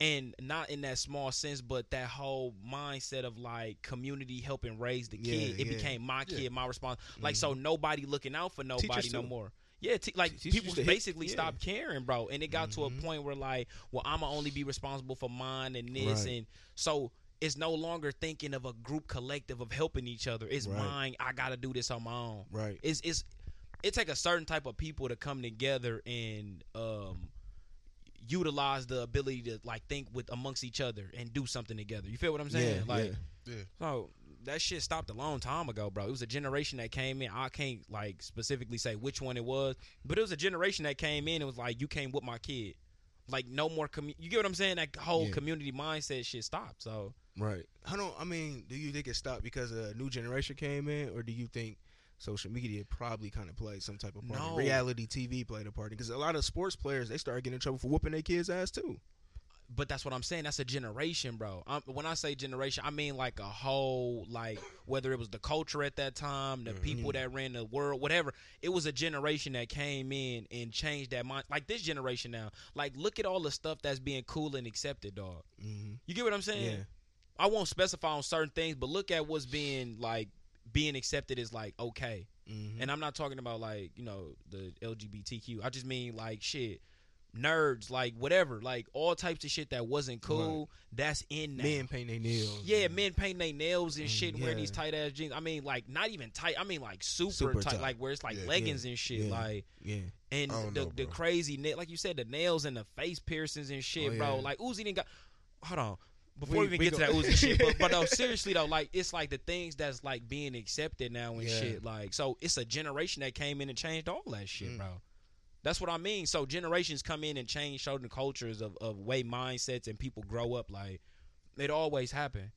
Speaker 4: And not in that small sense, but that whole mindset of like community helping raise the
Speaker 3: Yeah,
Speaker 4: kid. It
Speaker 3: yeah. Mm-hmm.
Speaker 4: became my
Speaker 5: Yeah.
Speaker 4: kid, my response. Like so, nobody looking out for nobody no
Speaker 3: too.
Speaker 4: more. Yeah, t- like
Speaker 3: Teachers
Speaker 4: people
Speaker 3: used to hit-
Speaker 4: basically
Speaker 3: yeah. Mm-hmm.
Speaker 4: stopped caring, bro. And it got to a point where like, well, I'ma only be responsible for mine and this,
Speaker 3: Right.
Speaker 4: and so it's no longer thinking of a group collective of helping each other. It's
Speaker 3: Right.
Speaker 4: mine. I gotta do this on my own.
Speaker 3: right.
Speaker 4: It's it's it take a certain type of people to come together and um utilize the ability to like think with amongst each other and do something together. You feel what I'm saying?
Speaker 3: Yeah,
Speaker 4: like
Speaker 5: yeah. Yeah.
Speaker 4: so that shit stopped a long time ago, bro. It was a generation that came in. I can't like specifically say which one it was, but it was a generation that came in and was like, You came with my kid. Like no more commu- you get what I'm saying? That whole
Speaker 3: Yeah.
Speaker 4: community mindset shit stopped. So
Speaker 3: Right. I don't. I mean, do you think it stopped because a new generation came in, or do you think social media probably kind of played some type of part?
Speaker 4: No.
Speaker 3: Reality TV played a part because a lot of sports players they started getting in trouble for whooping their kids' ass too.
Speaker 4: but that's what I'm saying. That's a generation, bro. i when I say generation, I mean like a whole like whether it was the culture at that time, the people that ran the world, whatever. It was a generation that came in and changed that mind. Like this generation now, like look at all the stuff that's being cool and accepted, dog.
Speaker 3: Mm-hmm.
Speaker 4: You get what I'm saying?
Speaker 3: Yeah.
Speaker 4: I won't specify on certain things, but look at what's being like being accepted is like okay.
Speaker 3: Mm-hmm.
Speaker 4: And I'm not talking about like, you know, the LGBTQ. I just mean like shit. Nerds, like whatever, like all types of shit that wasn't cool, that's in now.
Speaker 3: Men paint their nails.
Speaker 4: yeah, men painting their nails and shit, and wearing
Speaker 3: yeah.
Speaker 4: these tight ass jeans. I mean, like not even tight. I mean, like super,
Speaker 3: Super
Speaker 4: tight,
Speaker 3: tight.
Speaker 4: like where it's like
Speaker 5: Yeah.
Speaker 4: leggings and shit,
Speaker 3: Yeah.
Speaker 4: like
Speaker 3: Yeah.
Speaker 4: and
Speaker 5: I don't
Speaker 4: the,
Speaker 5: know,
Speaker 4: the
Speaker 5: bro.
Speaker 4: crazy, na- like you said, the nails and the face piercings and shit,
Speaker 3: Oh,
Speaker 4: bro.
Speaker 3: yeah.
Speaker 4: Like Uzi didn't got. Hold on, before we,
Speaker 3: We-
Speaker 4: even
Speaker 3: we
Speaker 4: get to that
Speaker 3: go-
Speaker 4: Uzi shit, but,
Speaker 5: [LAUGHS]
Speaker 4: but no, seriously though, like it's like the things that's like being accepted now and
Speaker 3: Yeah.
Speaker 4: shit. Like so, it's a generation that came in and changed all that shit,
Speaker 3: Mm.
Speaker 4: bro. That's what I mean. So generations come in and change certain cultures of, of way mindsets and people grow up. Like it always happened.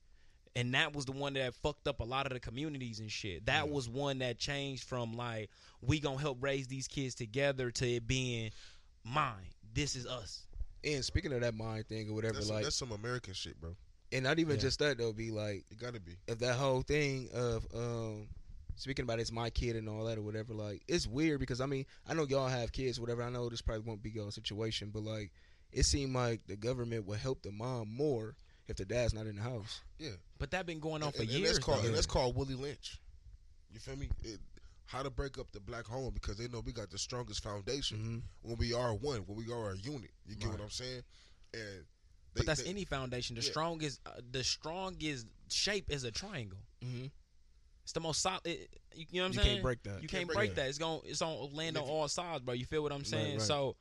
Speaker 4: And that was the one that fucked up a lot of the communities and shit. That was one that changed from like we gonna help raise these kids together to it being mine. This is us.
Speaker 3: And speaking of that mind thing or whatever,
Speaker 5: That's,
Speaker 3: like,
Speaker 5: that's some American shit, bro.
Speaker 3: and not even
Speaker 4: Yeah.
Speaker 3: just that though, be like,
Speaker 5: It gotta be.
Speaker 3: if that whole thing of um speaking about it's my kid and all that or whatever like it's weird because i mean i know y'all have kids whatever i know this probably won't be your situation but like it seemed like the government would help the mom more if the dad's not in the house
Speaker 4: But that been going on for
Speaker 5: and, and
Speaker 4: years.
Speaker 5: That's called,
Speaker 4: though.
Speaker 5: and that's called Willie Lynch. You feel me? It, how to break up the black home because they know we got the strongest foundation
Speaker 3: Mm-hmm.
Speaker 4: Mm-hmm.
Speaker 5: when we are one, when we are a unit. You get what I'm saying? And they,
Speaker 4: but that's
Speaker 5: they,
Speaker 4: any foundation. The
Speaker 5: Yeah.
Speaker 4: strongest, uh, the strongest shape is a triangle.
Speaker 3: Mhm.
Speaker 4: It's the most solid. It, you know what I'm
Speaker 3: you
Speaker 4: saying?
Speaker 3: can't break that
Speaker 4: You can't break, that. It's going to it's on land on all sides, bro. You feel what I'm saying?
Speaker 3: right.
Speaker 4: So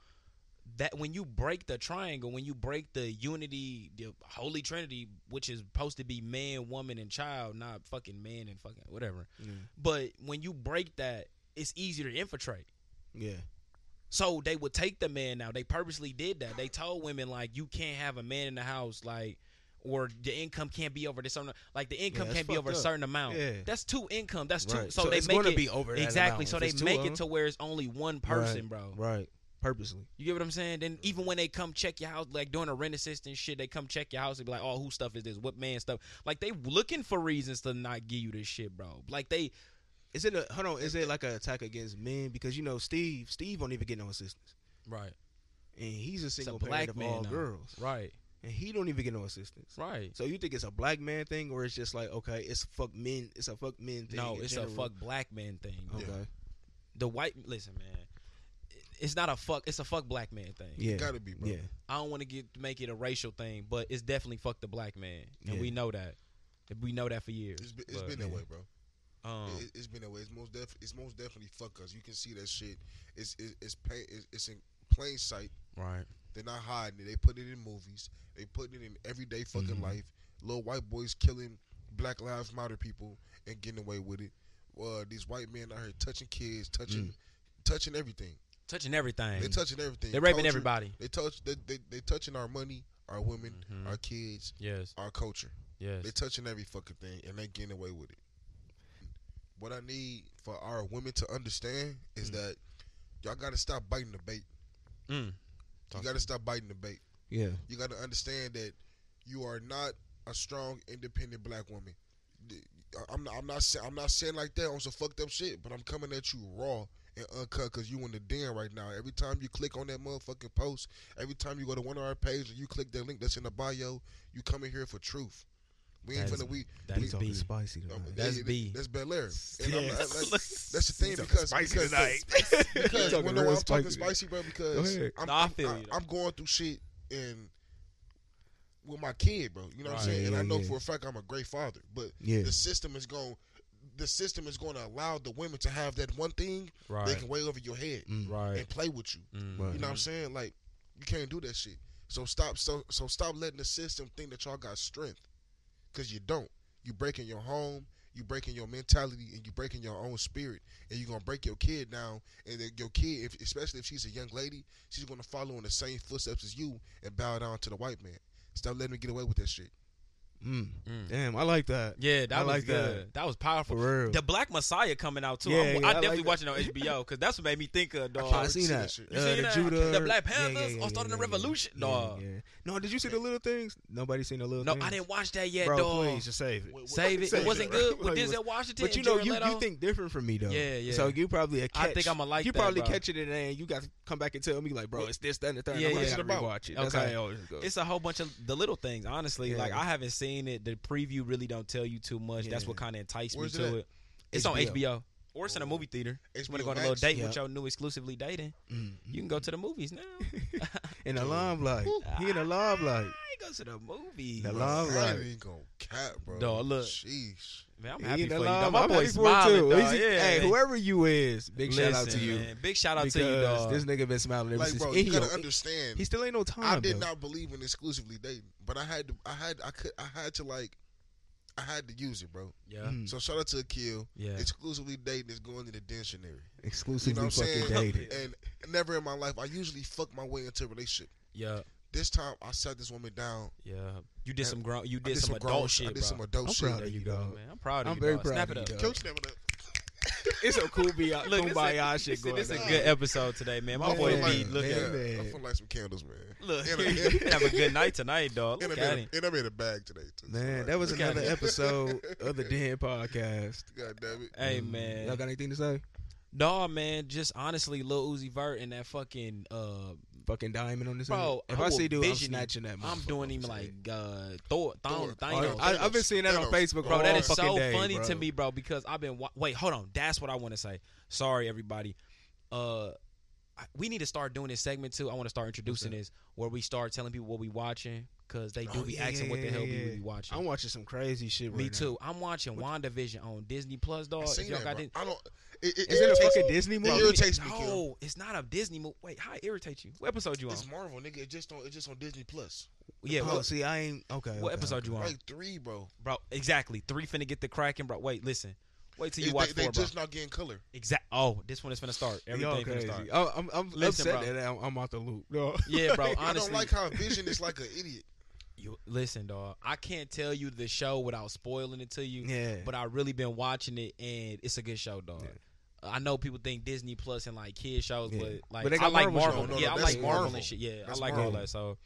Speaker 4: that when you break the triangle, when you break the unity, the holy trinity, which is supposed to be man, woman, and child, not fucking man and fucking whatever.
Speaker 3: Yeah.
Speaker 4: But when you break that, it's easier to infiltrate.
Speaker 3: yeah
Speaker 4: So they would take the man now. They purposely did that. They told women like you can't have a man in the house like or the income can't be over this certain like the income
Speaker 3: that's
Speaker 4: can't be over a
Speaker 3: fucked up.
Speaker 4: certain amount.
Speaker 3: Yeah.
Speaker 4: That's two income. That's two.
Speaker 3: Right.
Speaker 4: So,
Speaker 3: So
Speaker 4: they
Speaker 3: it's
Speaker 4: make
Speaker 3: gonna
Speaker 4: it
Speaker 3: be over that
Speaker 4: exactly.
Speaker 3: amount.
Speaker 4: So
Speaker 3: If
Speaker 4: they
Speaker 3: it's two
Speaker 4: make
Speaker 3: of 'em.
Speaker 4: it to where it's only one person, bro.
Speaker 3: right purposely
Speaker 4: You get what I'm saying? Then even when they come check your house, like doing a rent assistance shit, they come check your house and be like, "Oh, whose stuff is this? What man stuff?" Like they looking for reasons to not give you this shit, bro. Like they
Speaker 3: is it a hold on is it like an attack against men because you know steve steve won't even get no assistance
Speaker 4: right,
Speaker 3: and he's a single
Speaker 4: black
Speaker 3: parent of
Speaker 4: man
Speaker 3: all
Speaker 4: now.
Speaker 3: girls
Speaker 4: right,
Speaker 3: and he don't even get no assistance
Speaker 4: right.
Speaker 3: so you think it's a black man thing or it's just like okay it's fuck men it's a fuck men thing
Speaker 4: No,
Speaker 3: in
Speaker 4: it's
Speaker 3: general?
Speaker 4: a fuck black man thing. bro.
Speaker 3: okay
Speaker 4: The white listen, man. It's not a fuck. It's a fuck black man thing.
Speaker 3: yeah
Speaker 5: gotta be, bro.
Speaker 3: yeah
Speaker 4: I don't want to get make it a racial thing, but it's definitely fuck the black man, and
Speaker 3: Yeah.
Speaker 4: we know that. We know that for years.
Speaker 5: It's been, it's
Speaker 4: But,
Speaker 5: been that way, bro.
Speaker 4: um,
Speaker 5: It, it's been that way. It's most def- It's most definitely fuck us. You can see that shit. It's it's it's, pain, it's, it's in plain sight.
Speaker 4: right.
Speaker 5: They're not hiding it. They put it in movies. They put it in everyday fucking
Speaker 4: Mm-hmm.
Speaker 5: life. Little white boys killing Black Lives Matter people and getting away with it. Uh, these white men out here touching kids, touching,
Speaker 4: Mm.
Speaker 5: touching everything.
Speaker 4: Touching everything.
Speaker 5: They're touching everything.
Speaker 4: They're raping
Speaker 5: Culture-
Speaker 4: everybody.
Speaker 5: They touch. They, they they touching our money, our women,
Speaker 4: Mhm.
Speaker 5: our kids,
Speaker 4: Yes.
Speaker 5: our culture.
Speaker 4: Yes.
Speaker 5: They touching every fucking thing and they getting away with it. What I need for our women to understand is that y'all gotta stop biting the bait.
Speaker 4: Mm.
Speaker 5: You gotta stop biting the bait.
Speaker 3: yeah
Speaker 5: You gotta understand that you are not a strong, independent black woman. The- I'm not, I'm not sa- I'm not saying like that on some fucked up shit, but I'm coming at you raw and uncut because you in the den right now. Every time you click on that motherfucking post, every time you go to one of our pages and you click that link that's in the bio, you coming here for truth. We ain't
Speaker 4: That is-
Speaker 5: finna we
Speaker 4: that is
Speaker 5: we-
Speaker 4: B.
Speaker 3: spicy
Speaker 5: um,
Speaker 3: tonight.
Speaker 4: That's
Speaker 5: yeah,
Speaker 3: [LAUGHS]
Speaker 4: B.
Speaker 5: That's Bel Air. And I'm- I- like,
Speaker 4: [LAUGHS]
Speaker 5: that's the thing
Speaker 6: Talking
Speaker 5: because
Speaker 6: spicy
Speaker 5: because,
Speaker 6: tonight.
Speaker 5: because
Speaker 6: Talking
Speaker 5: well, no,
Speaker 6: real
Speaker 5: I'm talking
Speaker 6: spicy.
Speaker 5: spicy, bro. Because
Speaker 6: Go ahead.
Speaker 5: I'm,
Speaker 4: No, I
Speaker 5: I'm-
Speaker 4: feel
Speaker 5: I-
Speaker 4: you, though.
Speaker 5: I'm going through shit and with my kid, bro. You know what I'm
Speaker 4: Right.
Speaker 5: saying? And
Speaker 3: Yeah,
Speaker 5: I know
Speaker 3: yeah.
Speaker 5: for a fact I'm a great father, but
Speaker 3: Yeah.
Speaker 5: the system is going. the system is going to allow the women to have that one thing they
Speaker 4: Right.
Speaker 5: can weigh over your head
Speaker 3: Mm.
Speaker 4: Right.
Speaker 5: and play with you.
Speaker 4: Mm.
Speaker 5: You know what I'm saying? Like you can't do that shit. So stop. So so stop letting the system think that y'all got strength, cause you don't. You breaking your home. You breaking your mentality, and you breaking your own spirit, and you are gonna break your kid down. And then your kid, if, especially if she's a young lady, she's gonna follow in the same footsteps as you and bow down to the white man. Stop letting him get away with that shit.
Speaker 3: Mm.
Speaker 4: Mm.
Speaker 3: Damn, I like that.
Speaker 4: Yeah, that
Speaker 3: I
Speaker 4: was
Speaker 3: like that.
Speaker 4: good. That. was powerful.
Speaker 3: For real.
Speaker 4: The Black Messiah coming out too.
Speaker 3: Yeah,
Speaker 4: I'm,
Speaker 3: yeah, I
Speaker 4: I
Speaker 3: like
Speaker 4: definitely
Speaker 3: that.
Speaker 4: watching on HBO because that's what made me think of dog.
Speaker 3: Oh, I seen
Speaker 5: see
Speaker 3: that.
Speaker 5: that shit.
Speaker 4: You seen
Speaker 3: the
Speaker 4: that?
Speaker 3: Judah,
Speaker 4: The Black
Speaker 3: yeah, yeah,
Speaker 4: Panthers
Speaker 3: yeah,
Speaker 4: are starting
Speaker 3: yeah,
Speaker 4: the revolution,
Speaker 3: yeah,
Speaker 4: dog.
Speaker 3: yeah. No, did you see the little things? Nobody seen the little
Speaker 4: No,
Speaker 3: things.
Speaker 4: I didn't watch that yet,
Speaker 3: Bro,
Speaker 4: dog.
Speaker 3: please just save it.
Speaker 4: Save it.
Speaker 3: Save
Speaker 4: it wasn't
Speaker 3: it.
Speaker 4: good with
Speaker 3: Like,
Speaker 4: Denzel Washington.
Speaker 3: But you
Speaker 4: and
Speaker 3: know,
Speaker 4: Jared
Speaker 3: you,
Speaker 4: Leto.
Speaker 3: you think different from me though.
Speaker 4: Yeah, yeah.
Speaker 3: So you probably a
Speaker 4: I
Speaker 3: catch.
Speaker 4: think I'ma like
Speaker 3: You
Speaker 4: that,
Speaker 3: probably
Speaker 4: bro.
Speaker 3: catch it and then you got to come back and tell me like, bro, it's this, that, and the third.
Speaker 4: Yeah,
Speaker 3: I'm
Speaker 4: yeah.
Speaker 3: to
Speaker 5: What's it about?
Speaker 3: rewatch it. That's
Speaker 4: Okay.
Speaker 3: how it always goes.
Speaker 4: It's a whole bunch of the little things, honestly.
Speaker 3: Yeah.
Speaker 4: Like I haven't seen it. The preview really don't tell you too much. That's
Speaker 3: Yeah.
Speaker 4: what kind of enticed
Speaker 5: Where's
Speaker 4: me to
Speaker 5: it
Speaker 4: it.
Speaker 5: at?
Speaker 4: It's on
Speaker 3: HBO.
Speaker 4: HBO. Or
Speaker 3: Oh.
Speaker 4: it's in a movie theater.
Speaker 5: It's
Speaker 4: want to go on a little
Speaker 5: Max?
Speaker 4: date
Speaker 3: Yeah.
Speaker 4: with your new exclusively dating. You can go to the
Speaker 3: [LAUGHS]
Speaker 4: movies now.
Speaker 3: Mm-hmm. in the limelight. He in the limelight.
Speaker 4: I ain't go to the movies.
Speaker 3: The
Speaker 5: I
Speaker 3: limelight.
Speaker 5: ain't gonna cap, bro.
Speaker 4: Dog, look.
Speaker 5: Sheesh.
Speaker 4: Man, [LAUGHS] I'm
Speaker 3: He
Speaker 4: happy
Speaker 3: in the
Speaker 4: for you.
Speaker 3: limelight.
Speaker 4: Dog. My
Speaker 3: I'm
Speaker 4: boy
Speaker 3: happy for him,
Speaker 4: smiling.
Speaker 3: too.
Speaker 4: Dog.
Speaker 3: He's-
Speaker 4: Yeah,
Speaker 3: Hey,
Speaker 4: man.
Speaker 3: whoever you is, big shout out to
Speaker 4: Listen,
Speaker 3: you.
Speaker 4: man, Big shout out
Speaker 3: because
Speaker 4: to you, dog.
Speaker 3: this nigga been smiling ever
Speaker 5: Like,
Speaker 3: since
Speaker 5: bro,
Speaker 3: and
Speaker 5: you
Speaker 3: he,
Speaker 5: gotta
Speaker 3: don't-
Speaker 5: understand.
Speaker 3: he still ain't no time.
Speaker 5: I did
Speaker 3: though.
Speaker 5: not believe in exclusively dating, but I had to. I had. I could. I had to like. I had to use it, bro.
Speaker 4: yeah.
Speaker 3: Mm.
Speaker 5: So shout out to Akil.
Speaker 4: Yeah.
Speaker 3: Mm-hmm.
Speaker 5: Exclusively dating is going to the dictionary. You know
Speaker 3: exclusively
Speaker 5: what I'm
Speaker 3: fucking
Speaker 5: saying?
Speaker 4: [LAUGHS]
Speaker 3: dated.
Speaker 5: [LAUGHS] And never in my life, I usually fuck my way into a relationship.
Speaker 4: Yeah.
Speaker 5: This time, I sat this woman down.
Speaker 4: Yeah. You did
Speaker 5: And
Speaker 4: some grown you
Speaker 5: I
Speaker 4: did some
Speaker 5: grown
Speaker 4: adult
Speaker 5: shit.
Speaker 4: shit,
Speaker 5: I did
Speaker 4: bro.
Speaker 5: some adult
Speaker 3: I'm
Speaker 5: shit.
Speaker 3: proud
Speaker 4: there
Speaker 3: of
Speaker 4: you
Speaker 3: you,
Speaker 4: go,
Speaker 3: dog.
Speaker 4: man. I'm proud of
Speaker 3: I'm
Speaker 4: you.
Speaker 3: very
Speaker 4: dog.
Speaker 3: proud
Speaker 4: Snap
Speaker 3: of
Speaker 4: it
Speaker 3: you,
Speaker 4: up.
Speaker 3: dog.
Speaker 5: Coach never done-
Speaker 3: It's a kumbaya,
Speaker 4: [LAUGHS] Look, this
Speaker 3: kumbaya
Speaker 4: a,
Speaker 3: shit
Speaker 4: this,
Speaker 3: going
Speaker 4: a, this a
Speaker 3: on.
Speaker 4: good episode today, man. My
Speaker 3: Man,
Speaker 4: boy
Speaker 5: like,
Speaker 4: B looking.
Speaker 5: yeah,
Speaker 3: man.
Speaker 5: I feel like some candles, man.
Speaker 4: [LAUGHS]
Speaker 5: [LAUGHS]
Speaker 4: Look,
Speaker 5: And I-
Speaker 4: [LAUGHS] have a good night tonight, dog.
Speaker 5: And
Speaker 4: Look
Speaker 5: I'm,
Speaker 4: at
Speaker 5: in
Speaker 4: him.
Speaker 5: a, and I'm in a bag today too.
Speaker 3: Man, that was
Speaker 4: Look at
Speaker 3: another
Speaker 4: [LAUGHS] him.
Speaker 3: episode of the Den podcast.
Speaker 5: [LAUGHS]
Speaker 3: Mm.
Speaker 5: God damn it.
Speaker 4: Hey
Speaker 3: Y'all
Speaker 4: man,
Speaker 3: got anything to say?
Speaker 4: no man, just honestly, Lil Uzi Vert and that fucking uh,
Speaker 3: Fucking diamond on this.
Speaker 4: Bro,
Speaker 3: nigga. if
Speaker 4: I
Speaker 3: I
Speaker 4: will
Speaker 3: see dude, I'm
Speaker 4: vision him.
Speaker 3: snatching that.
Speaker 4: I'm
Speaker 3: motherfucker
Speaker 4: doing him
Speaker 3: off his
Speaker 4: like
Speaker 3: head.
Speaker 4: uh, Thor, Thor,
Speaker 5: Thor.
Speaker 4: Thanos.
Speaker 3: Oh, I, have been seeing that on
Speaker 5: Thanos.
Speaker 3: Facebook,
Speaker 5: Bro,
Speaker 4: bro,
Speaker 3: all
Speaker 4: that is
Speaker 3: fucking
Speaker 4: so
Speaker 3: day,
Speaker 4: funny
Speaker 3: bro.
Speaker 4: to me, bro, because I've been wa- wait, hold on, that's what I want to say. Sorry, everybody. Uh, I- we need to start doing this segment too. I want to start introducing this where we start telling people what we watching because they do
Speaker 3: Oh,
Speaker 4: be
Speaker 3: yeah,
Speaker 4: asking
Speaker 3: yeah,
Speaker 4: what the
Speaker 3: yeah,
Speaker 4: hell we
Speaker 3: yeah.
Speaker 4: be watching.
Speaker 3: I'm watching some crazy shit.
Speaker 4: Me
Speaker 3: right now.
Speaker 4: too. I'm watching WandaVision on Disney Plus, dog.
Speaker 5: I
Speaker 4: Oh, If
Speaker 5: seen
Speaker 4: y'all
Speaker 5: that,
Speaker 4: got
Speaker 5: bro.
Speaker 4: Dis-
Speaker 5: I don't. It, it,
Speaker 3: Is it a
Speaker 5: irritates-
Speaker 3: fucking Disney
Speaker 5: It
Speaker 3: movie?
Speaker 5: irritates me. Kil.
Speaker 4: No, it's not a Disney movie. Wait, how it irritates you? What episode you on?
Speaker 5: It's Marvel, nigga. It's just on. It's just on Disney Plus.
Speaker 4: Yeah,
Speaker 3: Oh,
Speaker 4: what,
Speaker 3: see, I ain't okay.
Speaker 4: what
Speaker 3: okay,
Speaker 4: episode you on,
Speaker 5: Like three, bro.
Speaker 4: bro? Exactly. Three finna get the cracking, bro. Wait, listen. Wait till you
Speaker 5: It-
Speaker 4: watch
Speaker 5: they,
Speaker 4: four,
Speaker 5: they
Speaker 4: bro.
Speaker 5: just not getting
Speaker 4: [LAUGHS]
Speaker 5: color.
Speaker 4: Exact. Oh, this one is finna start.
Speaker 3: okay.
Speaker 4: Everything
Speaker 3: Y'all
Speaker 4: finna
Speaker 3: crazy.
Speaker 4: start.
Speaker 3: Oh, I'm, I'm
Speaker 4: Listen,
Speaker 3: upset
Speaker 4: bro.
Speaker 3: that I'm, I'm out the loop. [LAUGHS] No.
Speaker 4: Yeah, bro. Honestly,
Speaker 5: I don't like how Vision is like an
Speaker 4: [LAUGHS]
Speaker 5: idiot.
Speaker 4: you listen, dog. I can't tell you the show without spoiling it to you.
Speaker 3: Yeah.
Speaker 4: But I really been watching it, and it's a good show, dog. I know people think Disney Plus and like kid shows,
Speaker 3: Yeah.
Speaker 4: but like
Speaker 3: But they got
Speaker 4: I like
Speaker 3: Marvel
Speaker 4: Marvel.
Speaker 5: shows. No, no,
Speaker 4: yeah, I
Speaker 5: that's
Speaker 4: like Marvel,
Speaker 5: Marvel.
Speaker 4: and shit. Yeah,
Speaker 5: That's
Speaker 4: I like all
Speaker 5: Marvel.
Speaker 4: that. So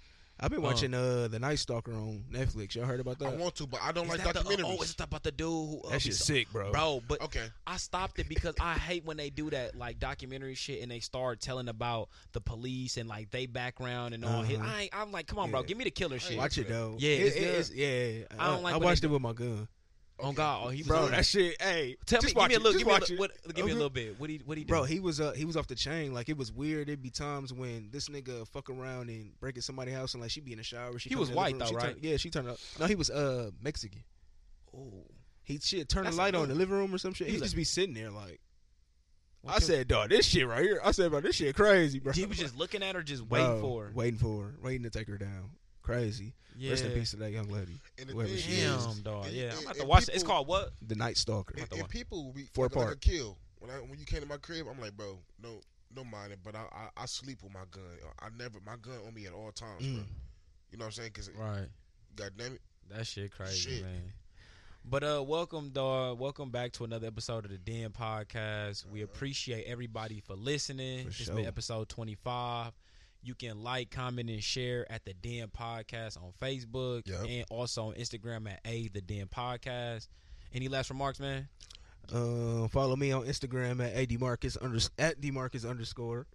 Speaker 3: I've been
Speaker 4: Uh.
Speaker 3: watching uh the Night Stalker on Netflix. Y'all heard about
Speaker 5: I
Speaker 3: that?
Speaker 5: want to, but I don't
Speaker 4: Is
Speaker 5: like
Speaker 4: that the-
Speaker 5: documentaries.
Speaker 4: oh, is it about the dude who uh,
Speaker 3: that shit's
Speaker 4: be-
Speaker 3: sick, bro. Oh.
Speaker 4: bro? But
Speaker 5: okay,
Speaker 4: I stopped it because I hate when they do that like documentary shit and they start telling about the police and like they background and all. His,
Speaker 3: Uh-huh.
Speaker 4: I ain't, I'm like, come on, bro,
Speaker 3: Yeah.
Speaker 4: give me the killer shit.
Speaker 3: Watch it though.
Speaker 4: Yeah,
Speaker 3: It-
Speaker 4: it's
Speaker 3: it-
Speaker 4: good.
Speaker 3: it's- yeah. Uh,
Speaker 4: I don't like
Speaker 3: I
Speaker 4: when they
Speaker 3: watched it
Speaker 4: do-
Speaker 3: with my gun.
Speaker 4: Oh God, oh he
Speaker 3: Bro,
Speaker 4: was on
Speaker 3: that shit. Hey,
Speaker 4: Tell
Speaker 3: just
Speaker 4: me, give
Speaker 3: watch
Speaker 4: me a
Speaker 3: it,
Speaker 4: little,
Speaker 3: just
Speaker 4: give me a
Speaker 3: watch
Speaker 4: little,
Speaker 3: it.
Speaker 4: what, give me a
Speaker 3: Okay.
Speaker 4: little bit. What he, what he do?
Speaker 3: Bro, he was uh he was off the chain. Like it was weird. There'd be times when this nigga fuck around and break in somebody's house and like she be in the shower. She
Speaker 4: He
Speaker 3: come
Speaker 4: was
Speaker 3: in the living
Speaker 4: white,
Speaker 3: room,
Speaker 4: though,
Speaker 3: she
Speaker 4: right?
Speaker 3: Turn, yeah, she turned up. No, he was uh Mexican.
Speaker 4: Ooh.
Speaker 3: He shit turned the
Speaker 4: That's
Speaker 3: light
Speaker 4: a
Speaker 3: on in the
Speaker 4: good-
Speaker 3: living room or some shit.
Speaker 4: He
Speaker 3: He'd
Speaker 4: was
Speaker 3: just be sitting there like.
Speaker 4: What
Speaker 3: I
Speaker 4: you-
Speaker 3: said, dog, this shit right here. I said, bro, this shit crazy, bro.
Speaker 4: he was
Speaker 3: [LAUGHS]
Speaker 4: just looking at her, just
Speaker 3: Bro,
Speaker 4: waiting for her.
Speaker 3: waiting for her, waiting to take her down. Crazy.
Speaker 4: Yeah.
Speaker 3: Rest in peace to that young lady,
Speaker 5: and the
Speaker 3: whoever
Speaker 5: thing
Speaker 3: she
Speaker 5: is,
Speaker 4: Damn, dog.
Speaker 5: and-
Speaker 4: Yeah,
Speaker 5: and-
Speaker 4: I'm about to
Speaker 5: and
Speaker 4: watch it. It's
Speaker 5: people-
Speaker 4: called what?
Speaker 3: the Night Stalker.
Speaker 5: And, and people will be
Speaker 3: Four
Speaker 5: like, like
Speaker 3: part.
Speaker 5: a kill. When I when you came to my crib, I'm like, bro, no, no mind it. But I, I I sleep with my gun. I never my gun on me at all times, bro.
Speaker 3: Mm.
Speaker 5: You know what I'm saying? Because
Speaker 4: Right.
Speaker 5: God damn it,
Speaker 4: That shit crazy,
Speaker 5: Shit.
Speaker 4: man. But uh welcome dog. Welcome back to another episode of the Den Podcast. We appreciate everybody for listening.
Speaker 3: For
Speaker 4: This
Speaker 3: sure.
Speaker 4: been episode twenty five. You can like, comment, and share at the Den Podcast on Facebook
Speaker 5: Yep.
Speaker 4: and also on Instagram at A the Den Podcast. Any last remarks, man?
Speaker 3: Uh, follow me on Instagram at admarcus under at dmarcus underscore.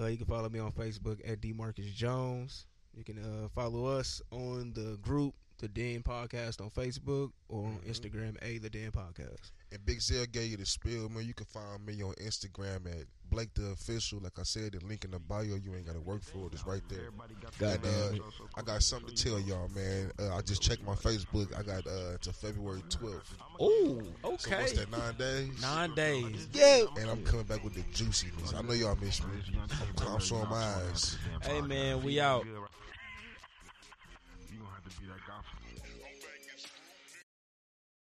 Speaker 3: Uh, you can follow me on Facebook at dmarcus jones. You can uh, follow us on the group the Den Podcast on Facebook or on Instagram a the Den Podcast.
Speaker 5: and Big Zell gave you the spill, man. You can find me on Instagram at Blake the official. Like I said, the link in the bio. You ain't gotta work for it. It's right there.
Speaker 1: Everybody got
Speaker 5: And,
Speaker 1: the same
Speaker 5: uh,
Speaker 1: intro, so
Speaker 5: I
Speaker 1: cool,
Speaker 5: got something to tell y'all, man. Uh, I just checked my Facebook. I got uh to February 12th.
Speaker 4: Ooh,
Speaker 5: So
Speaker 4: okay.
Speaker 5: what's that? Nine days.
Speaker 4: Nine days.
Speaker 5: Yeah. And I'm coming back with the juiciness. I know y'all miss me. I'm showing my eyes.
Speaker 4: Hey man, we out.
Speaker 2: You gonna have to be that guy for me.